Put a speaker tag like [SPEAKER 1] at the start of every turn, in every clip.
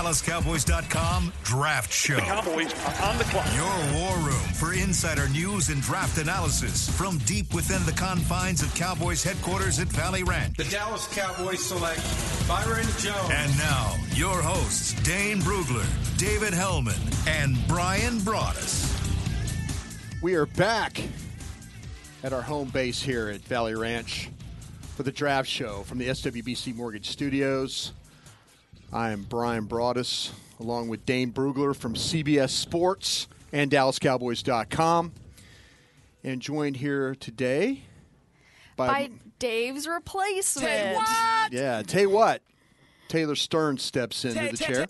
[SPEAKER 1] DallasCowboys.com Draft Show.
[SPEAKER 2] The Cowboys are on the clock.
[SPEAKER 1] Your war room for insider news and draft analysis from deep within the confines of Cowboys headquarters at Valley Ranch.
[SPEAKER 3] The Dallas Cowboys select Byron Jones.
[SPEAKER 1] And now, your hosts, Dane Brugler, David Hellman, and Brian Broaddus.
[SPEAKER 4] We are back at our home base here at Valley Ranch for the draft show from the SWBC Mortgage Studios. I am Brian Broaddus, along with Dane Brugler from CBS Sports and DallasCowboys.com, and joined here today by,
[SPEAKER 5] by Dave's replacement.
[SPEAKER 4] yeah, tell you what, Taylor Stern steps into the chair.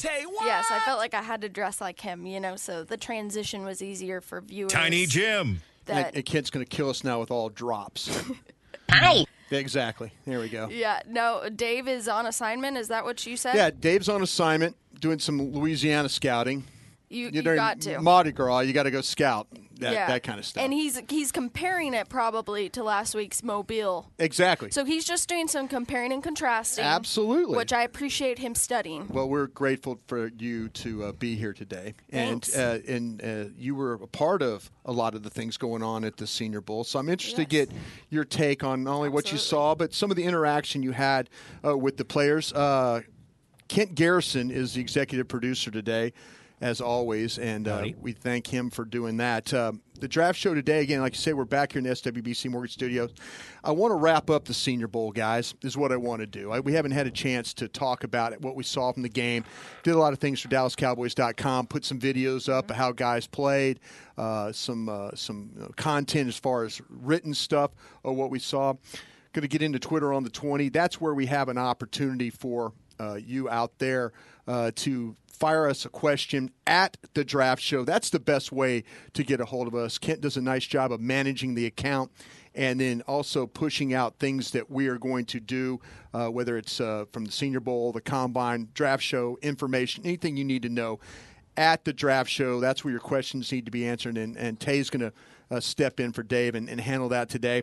[SPEAKER 5] Yes, I felt like I had to dress like him, you know, so the transition was easier for viewers.
[SPEAKER 1] Tiny Jim.
[SPEAKER 4] And,
[SPEAKER 5] That,
[SPEAKER 4] and Kent's going to kill us now with all drops. Exactly. There we go.
[SPEAKER 5] yeah, no, Dave is on assignment. Is that what you said?
[SPEAKER 4] Yeah, Dave's on assignment doing some Louisiana scouting.
[SPEAKER 5] you, you,
[SPEAKER 4] You know,
[SPEAKER 5] got to.
[SPEAKER 4] Mardi Gras. You got to go scout that,
[SPEAKER 5] yeah.
[SPEAKER 4] that kind of stuff.
[SPEAKER 5] And he's he's comparing it probably to last week's Mobile.
[SPEAKER 4] exactly.
[SPEAKER 5] So he's just doing some comparing and contrasting.
[SPEAKER 4] Absolutely.
[SPEAKER 5] Which I appreciate him studying.
[SPEAKER 4] well, we're grateful for you to uh, be here today, and
[SPEAKER 5] Thanks.
[SPEAKER 4] uh, and uh, you were a part of a lot of the things going on at the Senior Bowl. So I'm interested
[SPEAKER 5] Yes.
[SPEAKER 4] to get your take on not only what you
[SPEAKER 5] Absolutely.
[SPEAKER 4] saw, but some of the interaction you had uh, with the players. Uh, Kent Garrison is the executive producer today, as always, and uh, we thank him for doing that. Um, the draft show today, again, like you say, we're back here in the SWBC Mortgage Studios. I want to wrap up the Senior Bowl, guys, is what I want to do. I, we haven't had a chance to talk about it, what we saw from the game. Did a lot of things for DallasCowboys.com, put some videos up of how guys played, uh, some, uh, some you know, content as far as written stuff of what we saw going to get into Twitter on the 20. That's where we have an opportunity for uh, you out there uh, to fire us a question at the draft show. That's the best way to get a hold of us. Kent does a nice job of managing the account and then also pushing out things that we are going to do, uh, whether it's uh, from the Senior Bowl, the Combine, draft show, information, anything you need to know at the draft show. That's where your questions need to be answered. And, and Tay's going to uh, step in for Dave and, and handle that today.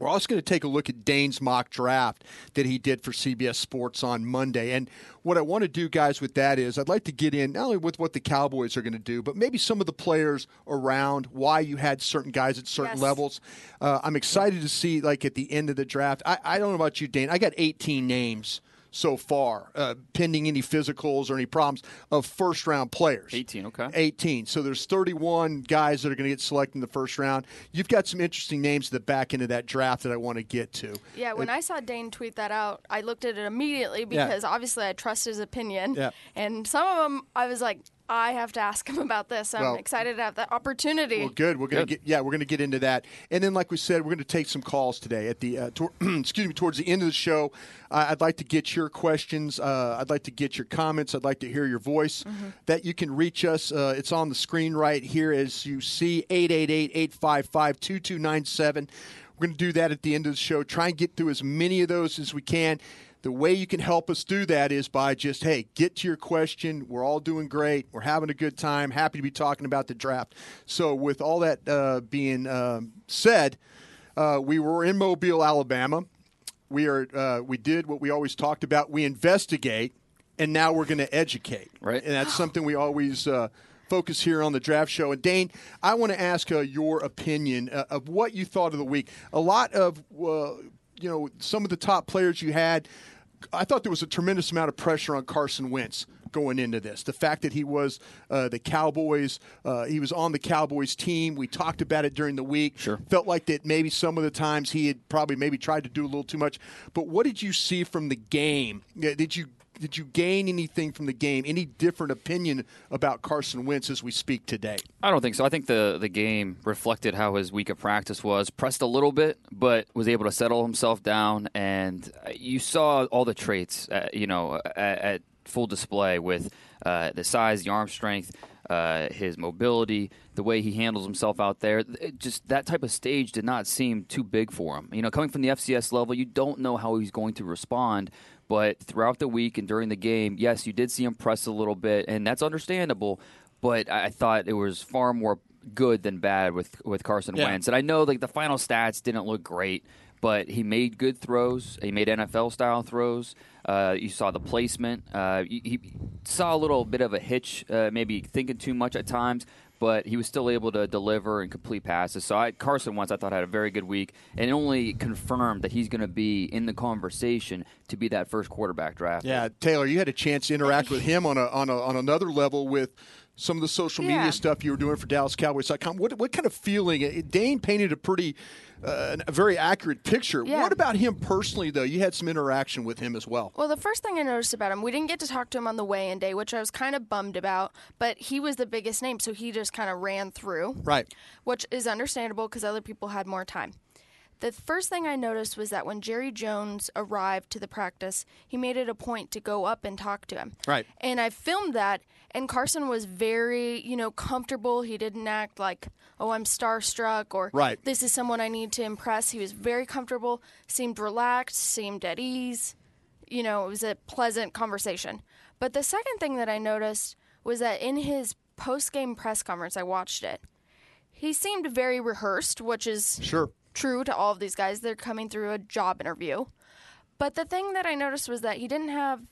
[SPEAKER 4] We're also going to take a look at Dane's mock draft that he did for CBS Sports on Monday. And what I want to do, guys, with that is I'd like to get in not only with what the Cowboys are going to do, but maybe some of the players around, why you had certain guys at certain
[SPEAKER 5] Yes.
[SPEAKER 4] levels. Uh, I'm excited to see, like, at the end of the draft. I, I don't know about you, Dane. I got 18 names so far, uh, pending any physicals or any problems, of first round players.
[SPEAKER 6] 18, okay.
[SPEAKER 4] 18. So there's 31 guys that are going to get selected in the first round. You've got some interesting names at the back end of that draft that I want to get to.
[SPEAKER 5] Yeah, when I saw Dane tweet that out, I looked at it immediately
[SPEAKER 4] Yeah.
[SPEAKER 5] because obviously I trust his opinion.
[SPEAKER 4] Yeah.
[SPEAKER 5] And some of them, I was like, I have to ask him about this. I'm
[SPEAKER 4] Well-
[SPEAKER 5] excited to have that opportunity.
[SPEAKER 4] Well, good. We're going to
[SPEAKER 6] Good.
[SPEAKER 4] get yeah, we're going to get into that. And then, like we said, we're going to take some calls today at the uh, tor- excuse me towards the end of the show. Uh, I'd like to get your questions. Uh, I'd like to get your comments. I'd like to hear your voice. That you can reach us. Uh, it's on the screen right here as you see 888-855-2297. We're going to do that at the end of the show. Try and get through as many of those as we can. The way you can help us do that is by just, hey, get to your question. We're all doing great. We're having a good time. Happy to be talking about the draft. So, with all that uh, being um, said, uh, we were in Mobile, Alabama. We are. Uh, we did what we always talked about. We investigate, and now we're going to educate.
[SPEAKER 6] Right.
[SPEAKER 4] And that's something we always uh, focus here on the draft show. And Dane, I want to ask uh, your opinion uh, of what you thought of the week. A lot of uh, you know some of the top players you had. I thought there was a tremendous amount of pressure on Carson Wentz going into this. The fact that he was uh, the Cowboys, uh, he was on the Cowboys team. We talked about it during the week.
[SPEAKER 6] Sure.
[SPEAKER 4] Felt like that maybe some of the times he had probably maybe tried to do a little too much. But what did you see from the game? Yeah, Did you did you gain anything from the game? Any different opinion about Carson Wentz as we speak today?
[SPEAKER 6] I don't think so. I think the, the game reflected how his week of practice was. Pressed a little bit, but was able to settle himself down. And uh, you saw all the traits, uh, you know, at, at full display with uh, the size, the arm strength, uh, his mobility, the way he handles himself out there. It just that type of stage did not seem too big for him. You know, coming from the FCS level, you don't know how he's going to respond. But throughout the week and during the game, yes, you did see him press a little bit, and that's understandable but I I thought it was far more good than bad with with Carson
[SPEAKER 4] Yeah.
[SPEAKER 6] Wentz. And I know like the final stats didn't look great, but he made good throws. He made NFL style throws. Uh, you saw the placement. Uh, he, he saw a little bit of a hitch, uh, maybe thinking too much at times, but he was still able to deliver and complete passes. So I, Carson once I thought had a very good week, and it only confirmed that he's going to be in the conversation to be that first quarterback draft.
[SPEAKER 4] Yeah, Taylor, you had a chance to interact with him on a, on a, on another level with some of the social media
[SPEAKER 5] Yeah.
[SPEAKER 4] stuff you were doing for DallasCowboys.com. What what kind of feeling? Dane painted a pretty, uh, a very accurate picture.
[SPEAKER 5] Yeah.
[SPEAKER 4] What about him personally, though? You had some interaction with him as well.
[SPEAKER 5] Well, the first thing I noticed about him, we didn't get to talk to him on the weigh-in day, which I was kind of bummed about. But he was the biggest name, so he just kind of ran through.
[SPEAKER 4] Right.
[SPEAKER 5] which is understandable because other people had more time. The first thing I noticed was that when Jerry Jones arrived to the practice, he made it a point to go up and talk to him.
[SPEAKER 4] Right.
[SPEAKER 5] And I filmed that, and Carson was very, you know, comfortable. He didn't act like, oh, I'm starstruck or
[SPEAKER 4] Right.
[SPEAKER 5] this is someone I need to impress. He was very comfortable, seemed relaxed, seemed at ease. You know, it was a pleasant conversation. But the second thing that I noticed was that in his post game press conference, I watched it he seemed very rehearsed, which is
[SPEAKER 4] Sure.
[SPEAKER 5] true to all of these guys. They're coming through a job interview. But the thing that I noticed was that he didn't have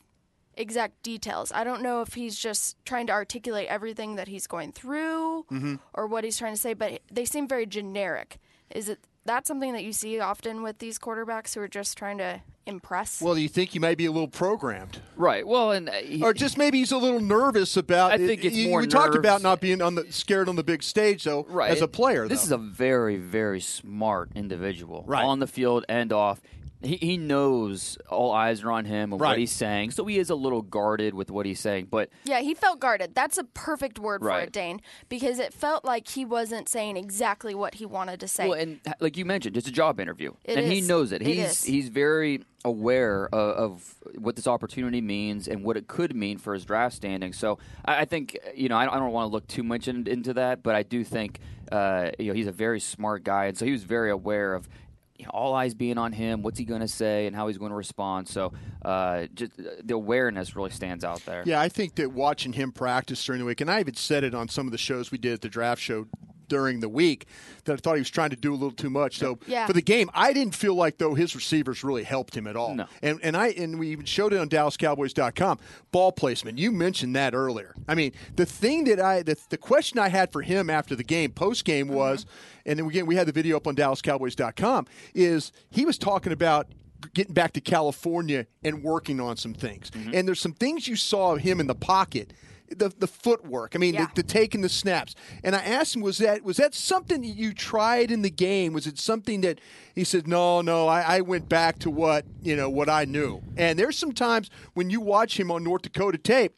[SPEAKER 5] exact details. I don't know if he's just trying to articulate everything that he's going through
[SPEAKER 4] Mm-hmm.
[SPEAKER 5] or what he's trying to say, but they seem very generic. Is it that's something that you see often with these quarterbacks who are just trying to impress?
[SPEAKER 4] Well, do you think he might be a little programmed,
[SPEAKER 6] Right. Well, and uh, he,
[SPEAKER 4] or just maybe he's a little nervous about?
[SPEAKER 6] I think it's
[SPEAKER 4] you,
[SPEAKER 6] more
[SPEAKER 4] We talked
[SPEAKER 6] nerves.
[SPEAKER 4] about not being on the scared on the big stage, though.
[SPEAKER 6] right.
[SPEAKER 4] As a player,
[SPEAKER 6] This is
[SPEAKER 4] though.
[SPEAKER 6] a very, very smart individual.
[SPEAKER 4] Right.
[SPEAKER 6] On the field and off. He, he knows all eyes are on him and
[SPEAKER 4] Right.
[SPEAKER 6] what he's saying, so he is a little guarded with what he's saying. But
[SPEAKER 5] Yeah, he felt guarded. That's a perfect word for
[SPEAKER 6] Right.
[SPEAKER 5] it, Dane, because it felt like he wasn't saying exactly what he wanted to say.
[SPEAKER 6] Well, and h- like you mentioned, it's a job interview,
[SPEAKER 5] It
[SPEAKER 6] and he
[SPEAKER 5] is.
[SPEAKER 6] knows it.
[SPEAKER 5] It
[SPEAKER 6] He's
[SPEAKER 5] is.
[SPEAKER 6] he's very aware of, of what this opportunity means and what it could mean for his draft standing. So I, I think you know I, I don't want to look too much in, into that, but I do think uh, you know he's a very smart guy, and so he was very aware of. you know, all eyes being on him, what's he going to say, and how he's going to respond. So, uh, just uh, the awareness really stands out there.
[SPEAKER 4] Yeah, I think that watching him practice during the week, and I even said it on some of the shows we did at the draft show during the week that I thought he was trying to do a little too much. So
[SPEAKER 5] Yeah.
[SPEAKER 4] for the game, I didn't feel like though his receivers really helped him at all.
[SPEAKER 6] No.
[SPEAKER 4] And and I and we even showed it on DallasCowboys.com. Ball placement. You mentioned that earlier. I mean, the thing that I the, the question I had for him after the game, post game was, and then again we had the video up on DallasCowboys.com, is he was talking about getting back to California and working on some things. And there's some things you saw of him in the pocket. The, the footwork. I mean,
[SPEAKER 5] Yeah.
[SPEAKER 4] the, the taking the snaps. And I asked him, was that was that something that you tried in the game? Was it something that he said, no, no, I, I went back to what you know what I knew. And there's some times when you watch him on North Dakota tape,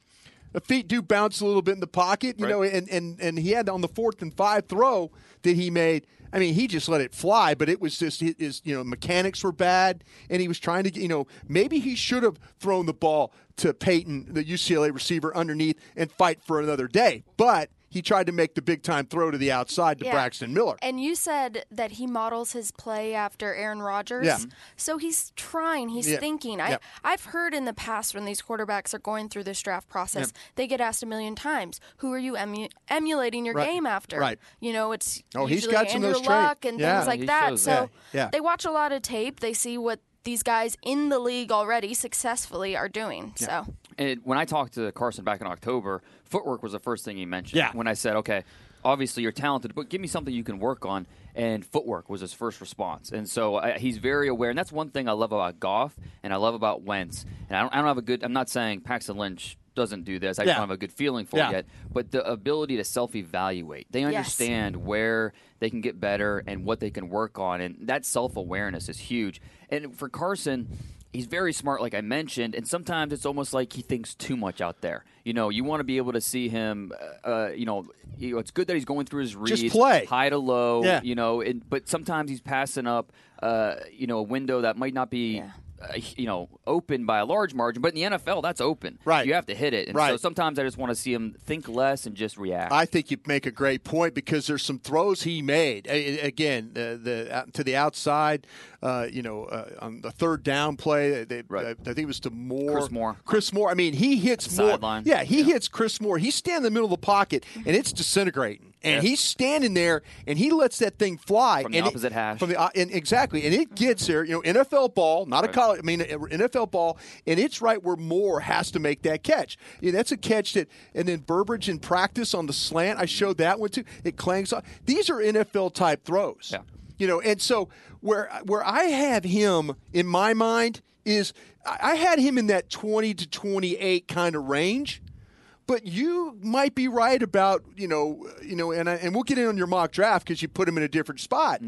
[SPEAKER 4] the feet do bounce a little bit in the pocket, you
[SPEAKER 6] Right.
[SPEAKER 4] know. And and and he had on the fourth and five throw that he made. I mean, he just let it fly, but it was just his, his you know mechanics were bad, and he was trying to get you know maybe he should have thrown the ball to Peyton, the UCLA receiver, underneath and fight for another day, but. He tried to make the big time throw to the outside to
[SPEAKER 5] Yeah.
[SPEAKER 4] Braxton Miller.
[SPEAKER 5] And you said that he models his play after Aaron Rodgers.
[SPEAKER 4] Yeah.
[SPEAKER 5] So he's trying, he's
[SPEAKER 4] Yeah.
[SPEAKER 5] thinking. I,
[SPEAKER 4] Yeah.
[SPEAKER 5] I've heard in the past when these quarterbacks are going through this draft process, they get asked a million times, who are you emu- emulating your
[SPEAKER 4] Right.
[SPEAKER 5] game after?
[SPEAKER 4] Right.
[SPEAKER 5] You know, it's
[SPEAKER 4] Oh, he's
[SPEAKER 5] usually
[SPEAKER 4] got some of
[SPEAKER 5] Andrew
[SPEAKER 4] those trait-
[SPEAKER 5] Luck and
[SPEAKER 4] Yeah.
[SPEAKER 5] things like
[SPEAKER 6] He
[SPEAKER 5] that.
[SPEAKER 6] shows
[SPEAKER 5] So
[SPEAKER 6] that.
[SPEAKER 4] Yeah. Yeah.
[SPEAKER 5] they watch a lot of tape, they see what these guys in the league already successfully are doing. So
[SPEAKER 6] And when I talked to Carson back in October, footwork was the first thing he mentioned.
[SPEAKER 4] Yeah.
[SPEAKER 6] When I said, okay, obviously you're talented, but give me something you can work on. And footwork was his first response. And so I, he's very aware. And that's one thing I love about Goff and I love about Wentz. And I don't, I don't have a good, I'm not saying Paxton Lynch doesn't do this. I
[SPEAKER 4] Yeah.
[SPEAKER 6] just don't have a good feeling for
[SPEAKER 4] Yeah.
[SPEAKER 6] it yet. But the ability to self evaluate, they understand where they can get better and what they can work on. And that self awareness is huge. And for Carson, he's very smart, like I mentioned. And sometimes it's almost like he thinks too much out there. You know, you want to be able to see him, uh, uh, you know, you know, it's good that he's going through his reads,
[SPEAKER 4] Just play.
[SPEAKER 6] high to low,
[SPEAKER 4] Yeah.
[SPEAKER 6] you know, and, but sometimes he's passing up, uh, you know, a window that might not be.
[SPEAKER 5] Yeah.
[SPEAKER 6] Uh, you know, open by a large margin, but in the NFL, that's open.
[SPEAKER 4] Right.
[SPEAKER 6] you have to hit it. And so
[SPEAKER 4] Right.
[SPEAKER 6] sometimes I just want to see him think less and just react.
[SPEAKER 4] I think you make a great point because there's some throws he made. A- a- Again, the, the out- to the outside, uh, you know, uh, on the third down play, they,
[SPEAKER 6] Right.
[SPEAKER 4] I think it was to Moore.
[SPEAKER 6] Chris Moore.
[SPEAKER 4] Chris Moore. I mean, he hits Moore.
[SPEAKER 6] Sideline.
[SPEAKER 4] Yeah, he hits Chris Moore. He's standing in the middle of the pocket, and it's disintegrating. and
[SPEAKER 6] Yeah.
[SPEAKER 4] he's standing there, and he lets that thing fly
[SPEAKER 6] From the
[SPEAKER 4] and it-
[SPEAKER 6] opposite hash.
[SPEAKER 4] From the o- and exactly, and it gets there. You know, NFL ball, not a
[SPEAKER 6] Right.
[SPEAKER 4] college. I mean, uh, a- NFL ball, and it's right where Moore has to make that catch. Yeah, that's a catch that, and then Burbridge in practice on the slant. I showed that one too. It clangs off. These are NFL type throws.
[SPEAKER 6] Yeah.
[SPEAKER 4] You know, and so where where I have him in my mind is I I had him in that twenty to twenty eight kind of range. But you might be right about you know you know and I, and we'll get in on your mock draft because you put him in a different spot.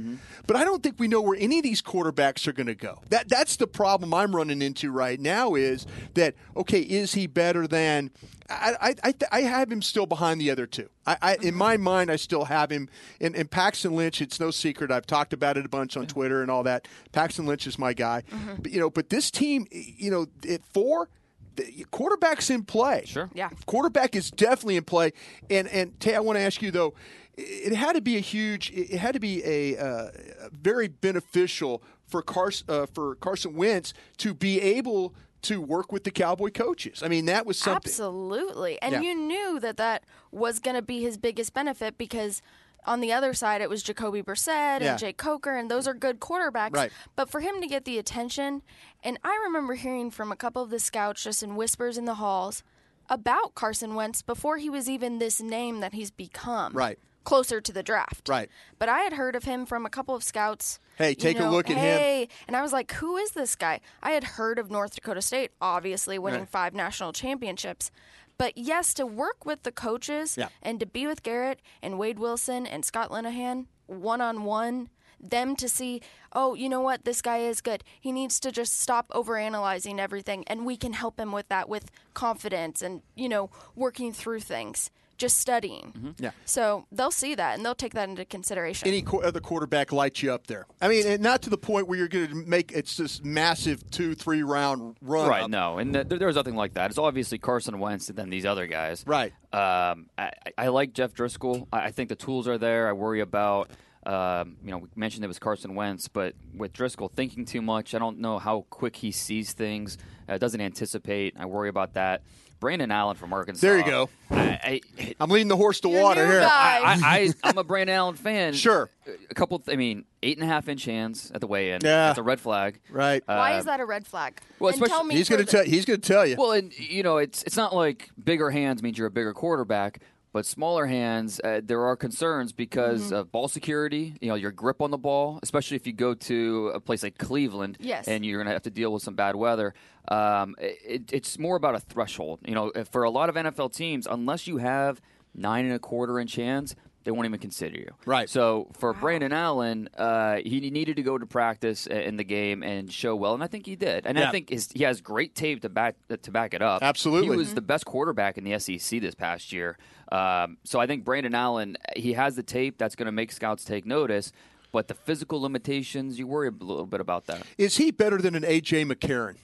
[SPEAKER 4] But I don't think we know where any of these quarterbacks are going to go. That that's the problem I'm running into right now is that okay is he better than I I, I, th- I have him still behind the other two. I, I in my mind I still have him and, and Paxton Lynch. It's no secret I've talked about it a bunch on Twitter and all that. Paxton Lynch is my guy. But, you know, but this team you know at four the quarterback's in play.
[SPEAKER 6] Sure.
[SPEAKER 5] Yeah.
[SPEAKER 4] Quarterback is definitely in play. And and Tay, I want to ask you though, it it had to be a huge, it it had to be a uh, very beneficial for Carson uh, for Carson Wentz to be able to work with the Cowboy coaches. I mean, that was something.
[SPEAKER 5] Absolutely. And
[SPEAKER 4] Yeah.
[SPEAKER 5] you knew that that was going to be his biggest benefit because on the other side, it was Jacoby Brissett
[SPEAKER 4] Yeah.
[SPEAKER 5] and Jake Coker, and those are good quarterbacks.
[SPEAKER 4] Right.
[SPEAKER 5] But for him to get the attention, and I remember hearing from a couple of the scouts just in whispers in the halls about Carson Wentz before he was even this name that he's become.
[SPEAKER 4] Right.
[SPEAKER 5] Closer to the draft.
[SPEAKER 4] Right.
[SPEAKER 5] But I had heard of him from a couple of scouts.
[SPEAKER 4] Hey,
[SPEAKER 5] you
[SPEAKER 4] take a
[SPEAKER 5] know,
[SPEAKER 4] look at him.
[SPEAKER 5] "Hey," And I was like, who is this guy? I had heard of North Dakota State, obviously winning
[SPEAKER 4] Right.
[SPEAKER 5] five national championships. But yes, to work with the coaches
[SPEAKER 4] Yeah.
[SPEAKER 5] and to be with Garrett and Wade Wilson and Scott Linehan one on one, them to see, oh, you know what, this guy is good. He needs to just stop overanalyzing everything, and we can help him with that with confidence and, you know, working through things, just studying.
[SPEAKER 4] Mm-hmm. Yeah.
[SPEAKER 5] So they'll see that and they'll take that into consideration.
[SPEAKER 4] any qu- other quarterback lights you up there. I mean, and not to the point where you're going to make it's this massive two, three round run.
[SPEAKER 6] Right,
[SPEAKER 4] up.
[SPEAKER 6] no, and th- there was nothing like that. It's obviously Carson Wentz and then these other guys.
[SPEAKER 4] Right.
[SPEAKER 6] Um, I, I- I like Jeff Driscoll. I, I think the tools are there. I worry about, um, you know, we mentioned it was Carson Wentz, but with Driscoll thinking too much, I don't know how quick he sees things. Uh, doesn't anticipate. I worry about that. Brandon Allen from Arkansas.
[SPEAKER 4] There you go.
[SPEAKER 6] I, I,
[SPEAKER 4] I'm leading the horse to
[SPEAKER 5] Your
[SPEAKER 4] water
[SPEAKER 5] new
[SPEAKER 4] here.
[SPEAKER 5] guy.
[SPEAKER 6] I, I, I, I'm a Brandon Allen fan.
[SPEAKER 4] Sure.
[SPEAKER 6] A couple. I mean, eight and a half inch hands at the weigh-in.
[SPEAKER 4] Yeah.
[SPEAKER 6] It's a red flag.
[SPEAKER 4] Right.
[SPEAKER 5] Why
[SPEAKER 6] Uh,
[SPEAKER 5] is that a red flag?
[SPEAKER 6] well,
[SPEAKER 5] and tell
[SPEAKER 6] especially-
[SPEAKER 5] me
[SPEAKER 4] he's going to
[SPEAKER 5] further.
[SPEAKER 4] tell. He's going to tell you.
[SPEAKER 6] Well, and you know, it's it's not like bigger hands means you're a bigger quarterback, but smaller hands, uh, there are concerns because
[SPEAKER 4] Mm-hmm.
[SPEAKER 6] of ball security. You know, your grip on the ball, especially if you go to a place like Cleveland,
[SPEAKER 5] Yes.
[SPEAKER 6] and you're going to have to deal with some bad weather. Um, it, it's more about a threshold. You know, for a lot of NFL teams, unless you have nine and a quarter inch hands. They won't even consider you.
[SPEAKER 4] Right.
[SPEAKER 6] So for Brandon Allen, uh, he needed to go to practice a- in the game and show well, and I think he did. And
[SPEAKER 4] Yeah.
[SPEAKER 6] I think his, he has great tape to back to back it up.
[SPEAKER 4] Absolutely.
[SPEAKER 6] he was the best quarterback in the SEC this past year. Um, so I think Brandon Allen, he has the tape that's going to make scouts take notice. But the physical limitations, you worry a little bit about that.
[SPEAKER 4] is he better than an AJ McCarron?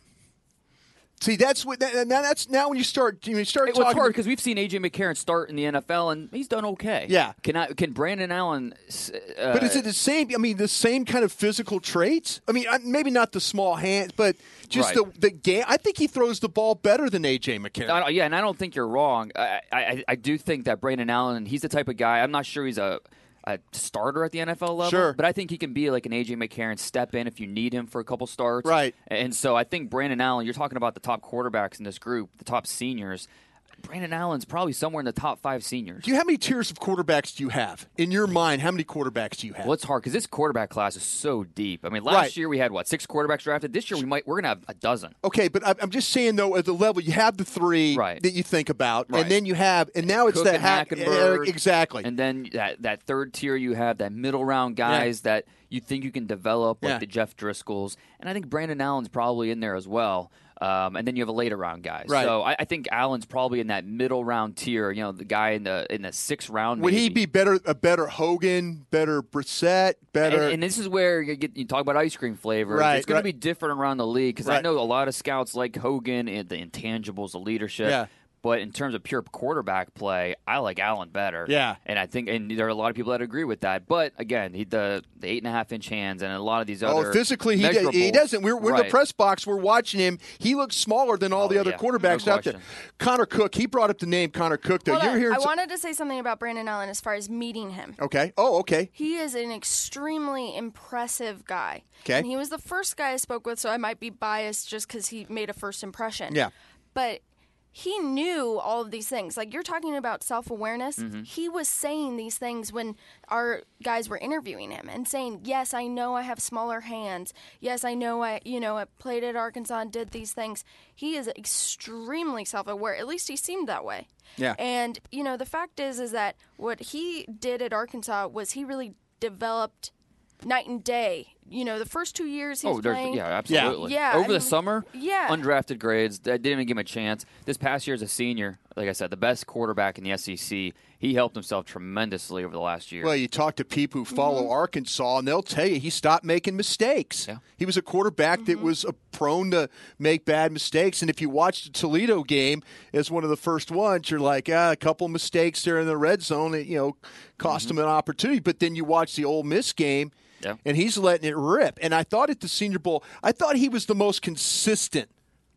[SPEAKER 4] See, that's what that, now. That's now when you start. When you start
[SPEAKER 6] It was
[SPEAKER 4] talking.
[SPEAKER 6] hard because we've seen AJ McCarron start in the NFL and he's done okay.
[SPEAKER 4] Yeah.
[SPEAKER 6] Can I, can Brandon Allen? s- Uh,
[SPEAKER 4] but is it the same? I mean, the same kind of physical traits. I mean, I- maybe not the small hands, but just
[SPEAKER 6] Right.
[SPEAKER 4] the the game. I think he throws the ball better than AJ McCarron.
[SPEAKER 6] I don't- yeah, and I don't think you're wrong. I, I- I, I do think that Brandon Allen, he's the type of guy. I'm not sure he's a, a starter at the NFL level,
[SPEAKER 4] Sure.
[SPEAKER 6] but I think he can be like an AJ McCarron, step in if you need him for a couple starts,
[SPEAKER 4] Right.
[SPEAKER 6] And so I think Brandon Allen, you're talking about the top quarterbacks in this group, the top seniors. Brandon Allen's probably somewhere in the top five seniors.
[SPEAKER 4] do you how many tiers of quarterbacks do you have in your mind? How many quarterbacks do you have?
[SPEAKER 6] Well, it's hard because this quarterback class is so deep. I mean, last
[SPEAKER 4] Right.
[SPEAKER 6] year we had what six quarterbacks drafted. This year we might we're gonna have a dozen.
[SPEAKER 4] Okay, but I- I'm just saying though, at the level you have the three
[SPEAKER 6] Right.
[SPEAKER 4] that you think about,
[SPEAKER 6] Right.
[SPEAKER 4] and then you have, and now it's
[SPEAKER 6] Cook
[SPEAKER 4] that
[SPEAKER 6] and
[SPEAKER 4] hack
[SPEAKER 6] Hackenberg,
[SPEAKER 4] exactly.
[SPEAKER 6] And then that, that third tier, you have that middle round guys that you think you can develop, like
[SPEAKER 4] Yeah.
[SPEAKER 6] the Jeff Driscolls, and I think Brandon Allen's probably in there as well. Um, and then you have a later round guy.
[SPEAKER 4] Right.
[SPEAKER 6] So I, I think Allen's probably in that middle round tier. You know, the guy in the in the sixth round.
[SPEAKER 4] Would he
[SPEAKER 6] maybe.
[SPEAKER 4] be better? A better Hogan, better Brissett, better?
[SPEAKER 6] And, and this is where you get you talk about ice cream flavors.
[SPEAKER 4] Right,
[SPEAKER 6] it's going
[SPEAKER 4] right.
[SPEAKER 6] to be different around the league because I
[SPEAKER 4] Right.
[SPEAKER 6] know a lot of scouts like Hogan and the intangibles, the leadership.
[SPEAKER 4] Yeah.
[SPEAKER 6] But in terms of pure quarterback play, I like Allen better.
[SPEAKER 4] Yeah.
[SPEAKER 6] and I think and there are a lot of people that agree with that. But again, he, the the eight and a half inch hands and a lot of these other
[SPEAKER 4] Oh, physically, he, does, he
[SPEAKER 6] measurables-
[SPEAKER 4] doesn't. We're, we're in the
[SPEAKER 6] Right.
[SPEAKER 4] press box. We're watching him. He looks smaller than all
[SPEAKER 6] Oh,
[SPEAKER 4] the other
[SPEAKER 6] yeah.
[SPEAKER 4] quarterbacks
[SPEAKER 6] No
[SPEAKER 4] out there.
[SPEAKER 6] question.
[SPEAKER 4] Connor Cook. He brought up the name Connor Cook. Though
[SPEAKER 5] Hold
[SPEAKER 4] you're
[SPEAKER 5] on.
[SPEAKER 4] hearing.
[SPEAKER 5] I
[SPEAKER 4] some-
[SPEAKER 5] wanted to say something about Brandon Allen as far as meeting him.
[SPEAKER 4] okay. Oh, okay.
[SPEAKER 5] He is an extremely impressive guy.
[SPEAKER 4] 'Kay.
[SPEAKER 5] And he was the first guy I spoke with, so I might be biased just because he made a first impression.
[SPEAKER 4] Yeah.
[SPEAKER 5] But he knew all of these things. Like you're talking about self awareness.
[SPEAKER 6] Mm-hmm.
[SPEAKER 5] He was saying these things when our guys were interviewing him and saying, Yes, I know I have smaller hands. Yes, I know I, you know, I played at Arkansas and did these things. He is extremely self aware. At least he seemed that way.
[SPEAKER 4] Yeah.
[SPEAKER 5] And, you know, the fact is, is that what he did at Arkansas was he really developed night and day. You know, the first two years he
[SPEAKER 6] Oh,
[SPEAKER 5] was
[SPEAKER 6] there's-
[SPEAKER 5] playing.
[SPEAKER 6] yeah, absolutely.
[SPEAKER 5] Yeah, I
[SPEAKER 6] Over the
[SPEAKER 5] mean,
[SPEAKER 6] summer,
[SPEAKER 5] yeah.
[SPEAKER 6] undrafted grades. I didn't even give him a chance. This past year as a senior, like I said, the best quarterback in the SEC. He helped himself tremendously over the last year.
[SPEAKER 4] Well, you talk to people who follow
[SPEAKER 5] Mm-hmm.
[SPEAKER 4] Arkansas, and they'll tell you he stopped making mistakes.
[SPEAKER 6] Yeah.
[SPEAKER 4] He was a quarterback that
[SPEAKER 5] Mm-hmm.
[SPEAKER 4] was uh, prone to make bad mistakes. And if you watched the Toledo game as one of the first ones, you're like, ah, a couple mistakes there in the red zone, it, you know, cost him an opportunity. But then you watch the Ole Miss game.
[SPEAKER 6] Mm-hmm. Yeah.
[SPEAKER 4] And he's letting it rip. And I thought at the Senior Bowl, I thought he was the most consistent